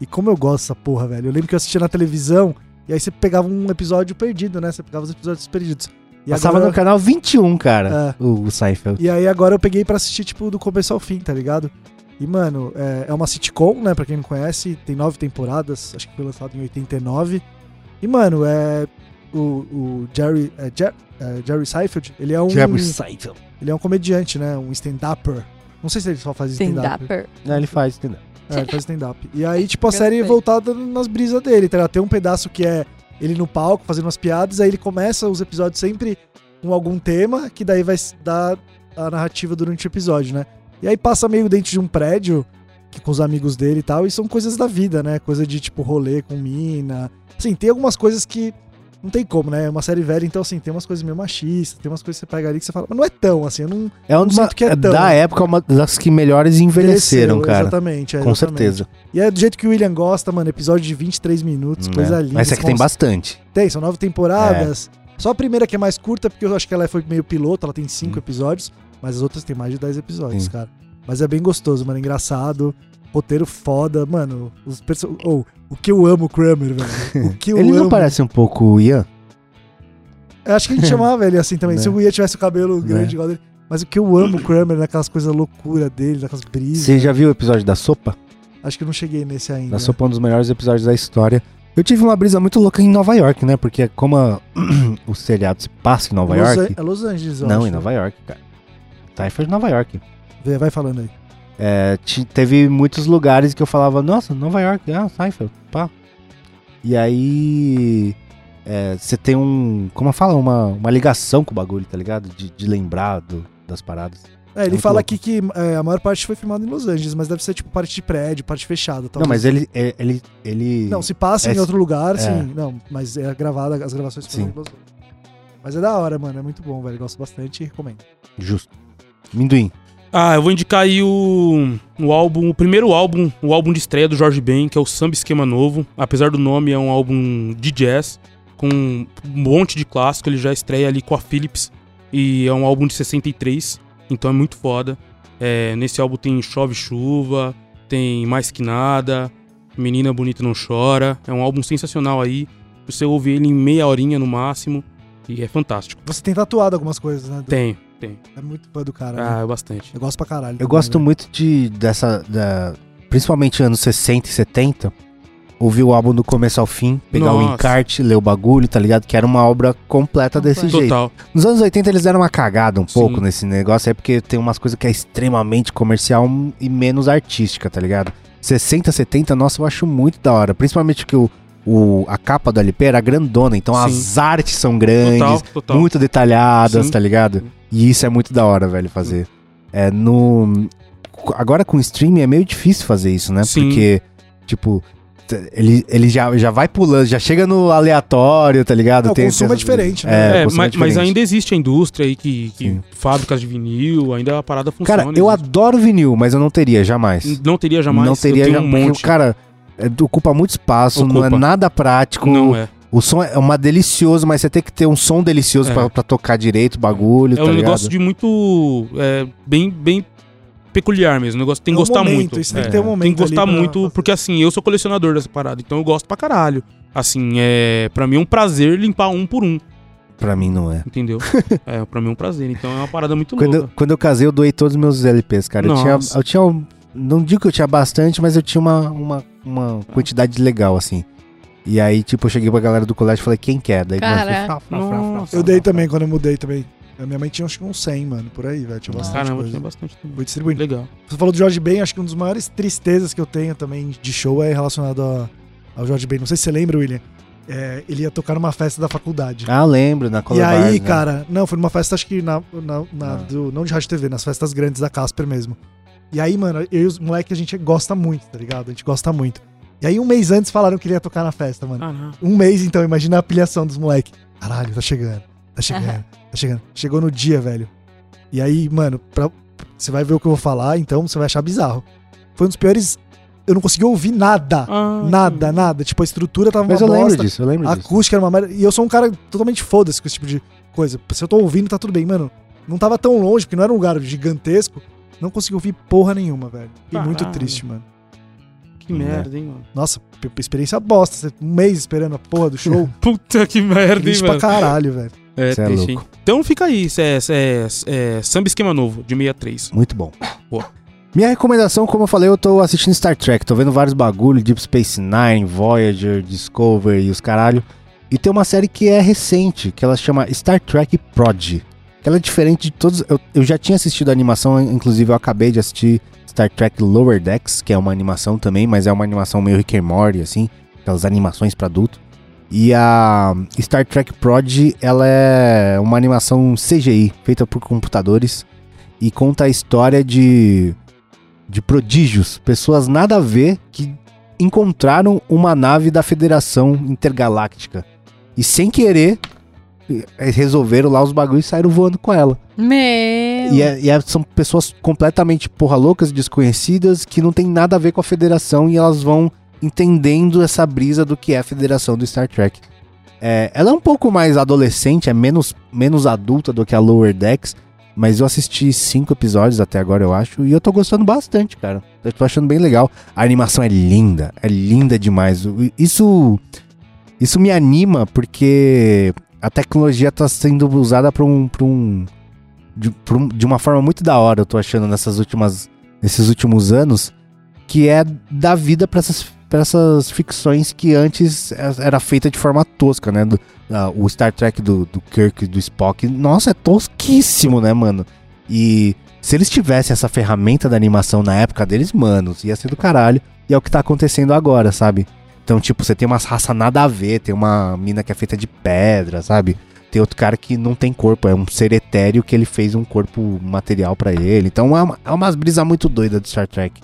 E como eu gosto dessa porra, velho. Eu lembro que eu assistia na televisão e aí você pegava um episódio perdido, né? Você pegava os episódios perdidos. E
Passava
agora- Ah.
no canal 21, cara, o, o Seinfeld.
E aí agora eu peguei pra assistir, tipo, do começo ao fim, tá ligado? E, mano, é, é uma sitcom, né? Pra quem não conhece, tem nove temporadas, acho que foi lançado em 89. E, mano, é. O, o Jerry. é, Jer- é, Jerry Seifeld, ele é um.
Seinfeld.
Ele é um comediante, né? Um stand-upper. Não sei se ele só faz
Sim,
stand-up.
Dapper.
Não, ele faz, entendeu?
É, ele faz stand-up. E aí, tipo, a série é
Gostei.
voltada nas brisas dele, tá ligado? Tem um pedaço que é ele no palco fazendo umas piadas, aí ele começa os episódios sempre com algum tema, que daí vai s- dar a narrativa durante o episódio, né? E aí passa meio dentro de um prédio, que com os amigos dele e tal, e são coisas da vida, né? Coisa de, tipo, rolê com mina. Assim, tem algumas coisas que não tem como, né? É uma série velha, então, assim, tem umas coisas meio machistas, tem umas coisas que você pega ali que você fala, mas não é tão, assim, eu não
É um
Não
dos
sinto que é tão.
da época, uma das que melhores envelheceram,
Cresceu,
cara.
Exatamente, é,
Com
exatamente.
certeza.
E é do jeito que o William gosta, mano. Episódio de 23 minutos,
Né?
coisa linda.
Mas é que tem
Nossa,
bastante.
Tem, são nove temporadas. Só a primeira que é mais curta, porque eu acho que ela foi meio piloto, ela tem cinco
Hum.
episódios, mas as outras tem mais de 10 episódios,
Sim.
cara. Mas é bem gostoso, mano. Engraçado. Roteiro foda, mano. Os perso... ou o que eu amo o Kramer, velho. O que eu
Ele
amo.
não parece um pouco o Ian?
Eu acho que a gente chamava ele assim também.
Né.
Se o Ian tivesse o cabelo grande igual dele. Mas o que eu amo o Kramer, naquelas coisas loucura dele, naquelas brisas.
Você já viu o episódio da Sopa?
Acho que eu não cheguei nesse ainda.
Da Sopa é um dos melhores episódios da história. Eu tive uma brisa muito louca em Nova York, né? Porque como a- o seriado se passa em Nova
Los
York...
An- É Los Angeles, eu
Não,
acho,
em
né?
Nova York, cara. Seinfeld em Nova York.
Vê, Vai falando aí.
É, ti- teve muitos lugares que eu falava, nossa, Nova York, ah, Seinfeld, pá. E aí. é, Você tem um. Como fala? Uma, uma ligação com o bagulho, tá ligado? De, de lembrar do- das paradas.
É, ele
Muito
fala
louco.
aqui que é, a maior parte foi filmada em Los Angeles, mas deve ser tipo parte de prédio, parte fechada.
Não,
talvez.
mas ele. é- ele, ele...
Não, se passa
É,
em outro lugar,
é.
sim. Não, mas é gravada, as gravações foram
Sim.
em Los Angeles. Mas é da hora, mano. É muito bom, velho. Gosto bastante e recomendo.
Justo. Minduim.
Ah, eu vou indicar aí o, o álbum, o primeiro álbum, o álbum de estreia do Jorge Ben, que é o Samba Esquema Novo. Apesar do nome, é um álbum de jazz, com um monte de clássico. Ele já estreia ali com a Philips, e é um álbum de 63, então é muito foda. É, nesse álbum tem Chove Chuva, tem Mais Que Nada, Menina Bonita Não Chora. É um álbum sensacional aí, você ouve ele em meia horinha no máximo, e é fantástico.
Você tem tatuado algumas coisas, né? Du?
Tem, tem.
É muito fã do cara. né?
Ah, bastante.
Eu gosto pra caralho.
Eu gosto
muito.
muito de dessa. Da, principalmente anos 60 e 70. Ouvir o álbum do começo ao fim, pegar o
Nossa.
encarte, ler o bagulho, tá ligado? Que era uma obra completa desse
Completa.
jeito.
Total.
Nos anos 80 eles deram uma cagada um
Sim.
pouco nesse negócio, é porque tem umas coisas que é extremamente comercial e menos artística, tá ligado? 60, 70, nossa, eu acho muito da hora. Principalmente que o, o- a capa do LP era grandona, então
Sim.
as artes são grandes,
Total, total.
muito detalhadas,
Sim.
tá ligado? E isso é muito da hora, velho, fazer. É, no. Agora com o streaming é meio difícil fazer isso, né?
Sim.
Porque, tipo. t- Ele, ele já, já vai pulando, já chega no aleatório, tá ligado?
É, o consumo é
essas-
diferente, né?
É,
É,
o
ma-
consumo é
mas,
diferente.
ainda existe a indústria aí que, que
Sim.
fábricas de vinil, ainda a parada funciona.
Cara, eu
existe.
adoro vinil, mas eu não teria jamais.
Não teria é Hum, jamais.
não teria
eu tenho
jamais.
um monte.
Cara, é, ocupa muito espaço, não é
Ocupa.
nada prático.
não é.
O som é uma delicioso, mas você tem que ter um som delicioso
É.
pra, pra tocar direito o bagulho,
É
tá
um
ligado?
negócio de muito. é, bem, bem peculiar mesmo. O negócio tem
É
que
um
gostar
momento,
muito.
isso tem que
É.
ter um
Tem
momento
que gostar
ali pra
muito,
fazer.
porque assim, eu sou colecionador dessa parada, então eu gosto pra caralho. Assim, é. Pra mim é um prazer limpar um por um,
Pra mim não é.
entendeu? é, pra mim é um prazer. Então é uma parada muito
Quando eu,
louca.
quando eu casei, eu doei todos os meus LPs, cara. Eu tinha,
Nossa.
eu tinha. um- Não digo que eu tinha bastante, mas eu tinha uma, uma, uma
Ah.
quantidade legal, assim. E aí, tipo, eu cheguei pra galera do colégio e falei, quem quer? Daí começou,
Cara.
frá, frá, frá, frá, frá,
Eu dei
frá, frá.
também quando eu mudei também. A minha mãe tinha acho que uns 100, mano, por aí, velho. Tinha bastante
Caramba,
coisa.
tem bastante. também.
Fui distribuindo.
Legal.
Você falou do Jorge Ben, acho que uma das maiores tristezas que eu tenho também de show é relacionado a- ao Jorge Ben. Não sei se você lembra, William. É, ele ia tocar numa festa da faculdade.
Ah, eu lembro, na
E
Colorado.
aí,
né?
cara, não, foi numa festa, acho que na, na, na-
Ah.
do- não de Rádio e TV, nas festas grandes da Casper mesmo. E aí, mano, eu e os moleques, a gente gosta muito, tá ligado? A gente gosta muito. E aí, um mês antes, falaram que ele ia tocar na festa, mano.
Caramba.
Um mês, então, imagina a pilhação dos moleques. Caralho, tá chegando, tá chegando, tá chegando. Chegou no dia, velho. E aí, mano, pra- você vai ver o que eu vou falar, então você vai achar bizarro. Foi um dos piores. Eu não consegui ouvir nada.
Ah,
Nada, nada. Tipo, a estrutura tava
Mas eu
uma
lembro
bosta.
disso, eu lembro
A
disso.
acústica era uma merda. E eu sou um cara totalmente foda-se com esse tipo de coisa. Se eu tô ouvindo, tá tudo bem, mano. Não tava tão longe, porque não era um lugar gigantesco. Não consegui ouvir porra nenhuma, velho. Fiquei muito
Caralho.
triste, mano.
Que merda, hein, mano.
Nossa, p- p- experiência bosta. Você- Um mês esperando a porra do show.
Puta que merda, hein,
triste
mano.
pra caralho, velho.
É,
Cê é
triste,
louco.
hein? Então fica aí, cê é, cê é- cê é Samba Esquema Novo, de 63.
Muito bom.
Boa.
Minha recomendação, como eu falei, eu tô assistindo Star Trek, tô vendo vários bagulho, Deep Space Nine, Voyager, Discovery e os caralho. E tem uma série que é recente, que ela chama Star Trek Prod. Que Ela é diferente de todos. Eu, eu já tinha assistido a animação, inclusive eu acabei de assistir Star Trek Lower Decks, que é uma animação também, mas é uma animação meio Rick and Morty, assim, aquelas animações pra adulto. E a Star Trek Prod, ela é uma animação CGI, feita por computadores e conta a história de de prodígios, pessoas nada a ver que encontraram uma nave da Federação Intergaláctica e sem querer eh, resolveram lá os bagulhos e saíram voando com ela.
Meu.
E, é- e é- são pessoas completamente porra loucas, desconhecidas, que não tem nada a ver com a federação e elas vão entendendo essa brisa do que é a federação do Star Trek. É, ela é um pouco mais adolescente, é menos, menos adulta do que a Lower Decks, mas eu assisti cinco episódios até agora, eu acho, e eu tô gostando bastante, cara. Eu tô achando bem legal. A animação é linda, é linda demais. O- Isso, isso me anima porque a tecnologia tá sendo usada pra um, pra um de, por um- de uma forma muito da hora, eu tô achando nessas últimas, nesses últimos anos, que é dar vida pra essas, pra essas ficções que antes é- era feita de forma tosca, né? Do- ah, o Star Trek do, do Kirk e do Spock, nossa, é tosquíssimo, né, mano? E se eles tivessem essa ferramenta da animação na época deles, mano, ia ser do caralho. E é o que tá acontecendo agora, sabe? Então, tipo, você tem umas raças nada a ver, tem uma mina que é feita de pedra, sabe? Tem outro cara que não tem corpo, é um ser etéreo que ele fez um corpo material pra ele. Então é, uma, é umas brisas muito doidas de Star Trek.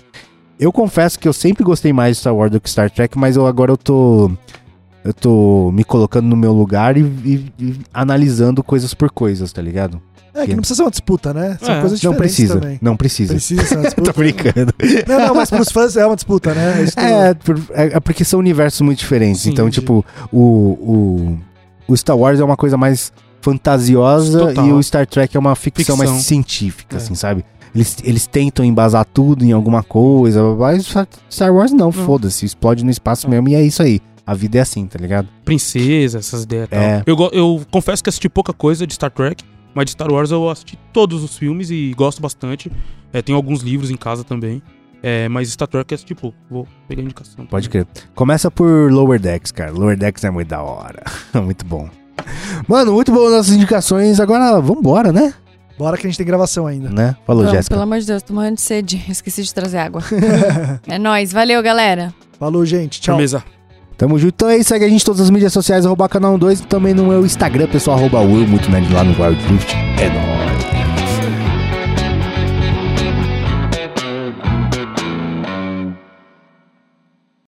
Eu confesso que eu sempre gostei mais de Star Wars do que Star Trek, mas eu agora eu tô. Eu tô me colocando no meu lugar e, e- e analisando coisas por coisas, tá ligado?
É que não precisa ser uma disputa, né? São
É.
coisas diferentes
Não precisa,
também.
não precisa.
Precisa ser uma
Tô
disputa.
brincando.
não, não, mas pros fãs é uma disputa, né? isso que eu-
É, por- é, é porque são universos muito diferentes.
Sim,
então,
entendi.
tipo, o, o, o Star Wars é uma coisa mais fantasiosa
Total.
e o Star Trek é uma ficção, mais
Ficção.
científica,
É.
assim, sabe? Eles, eles tentam embasar tudo em alguma coisa, mas Star Wars não, foda-se, explode no espaço mesmo e é isso aí. A vida é assim, tá ligado?
princesa, essas ideias e tal.
É.
Eu, go- eu confesso que assisti pouca coisa de Star Trek, mas de Star Wars eu assisti todos os filmes e gosto bastante. É, tenho alguns livros em casa também. É, mas Star Trek eu assisti pouco. Vou pegar a indicação.
Pode crer. Começa por Lower Decks, cara. Lower Decks é muito da hora. muito bom. Mano, muito bom nossas indicações. Agora, vambora, né?
Bora que a gente tem gravação ainda.
Né? Falou,
então,
Não,
Jéssica.
pelo amor de Deus, tô morrendo de sede. Esqueci de trazer água. é nóis. Valeu, galera.
Falou, gente. Tchau.
Firmeza.
Tamo junto então é isso, segue a gente em todas um as mídias sociais, arroba canal 2 e também no meu Instagram, pessoal, arroba eu, muito nerd lá no Wild Rift. É nóis.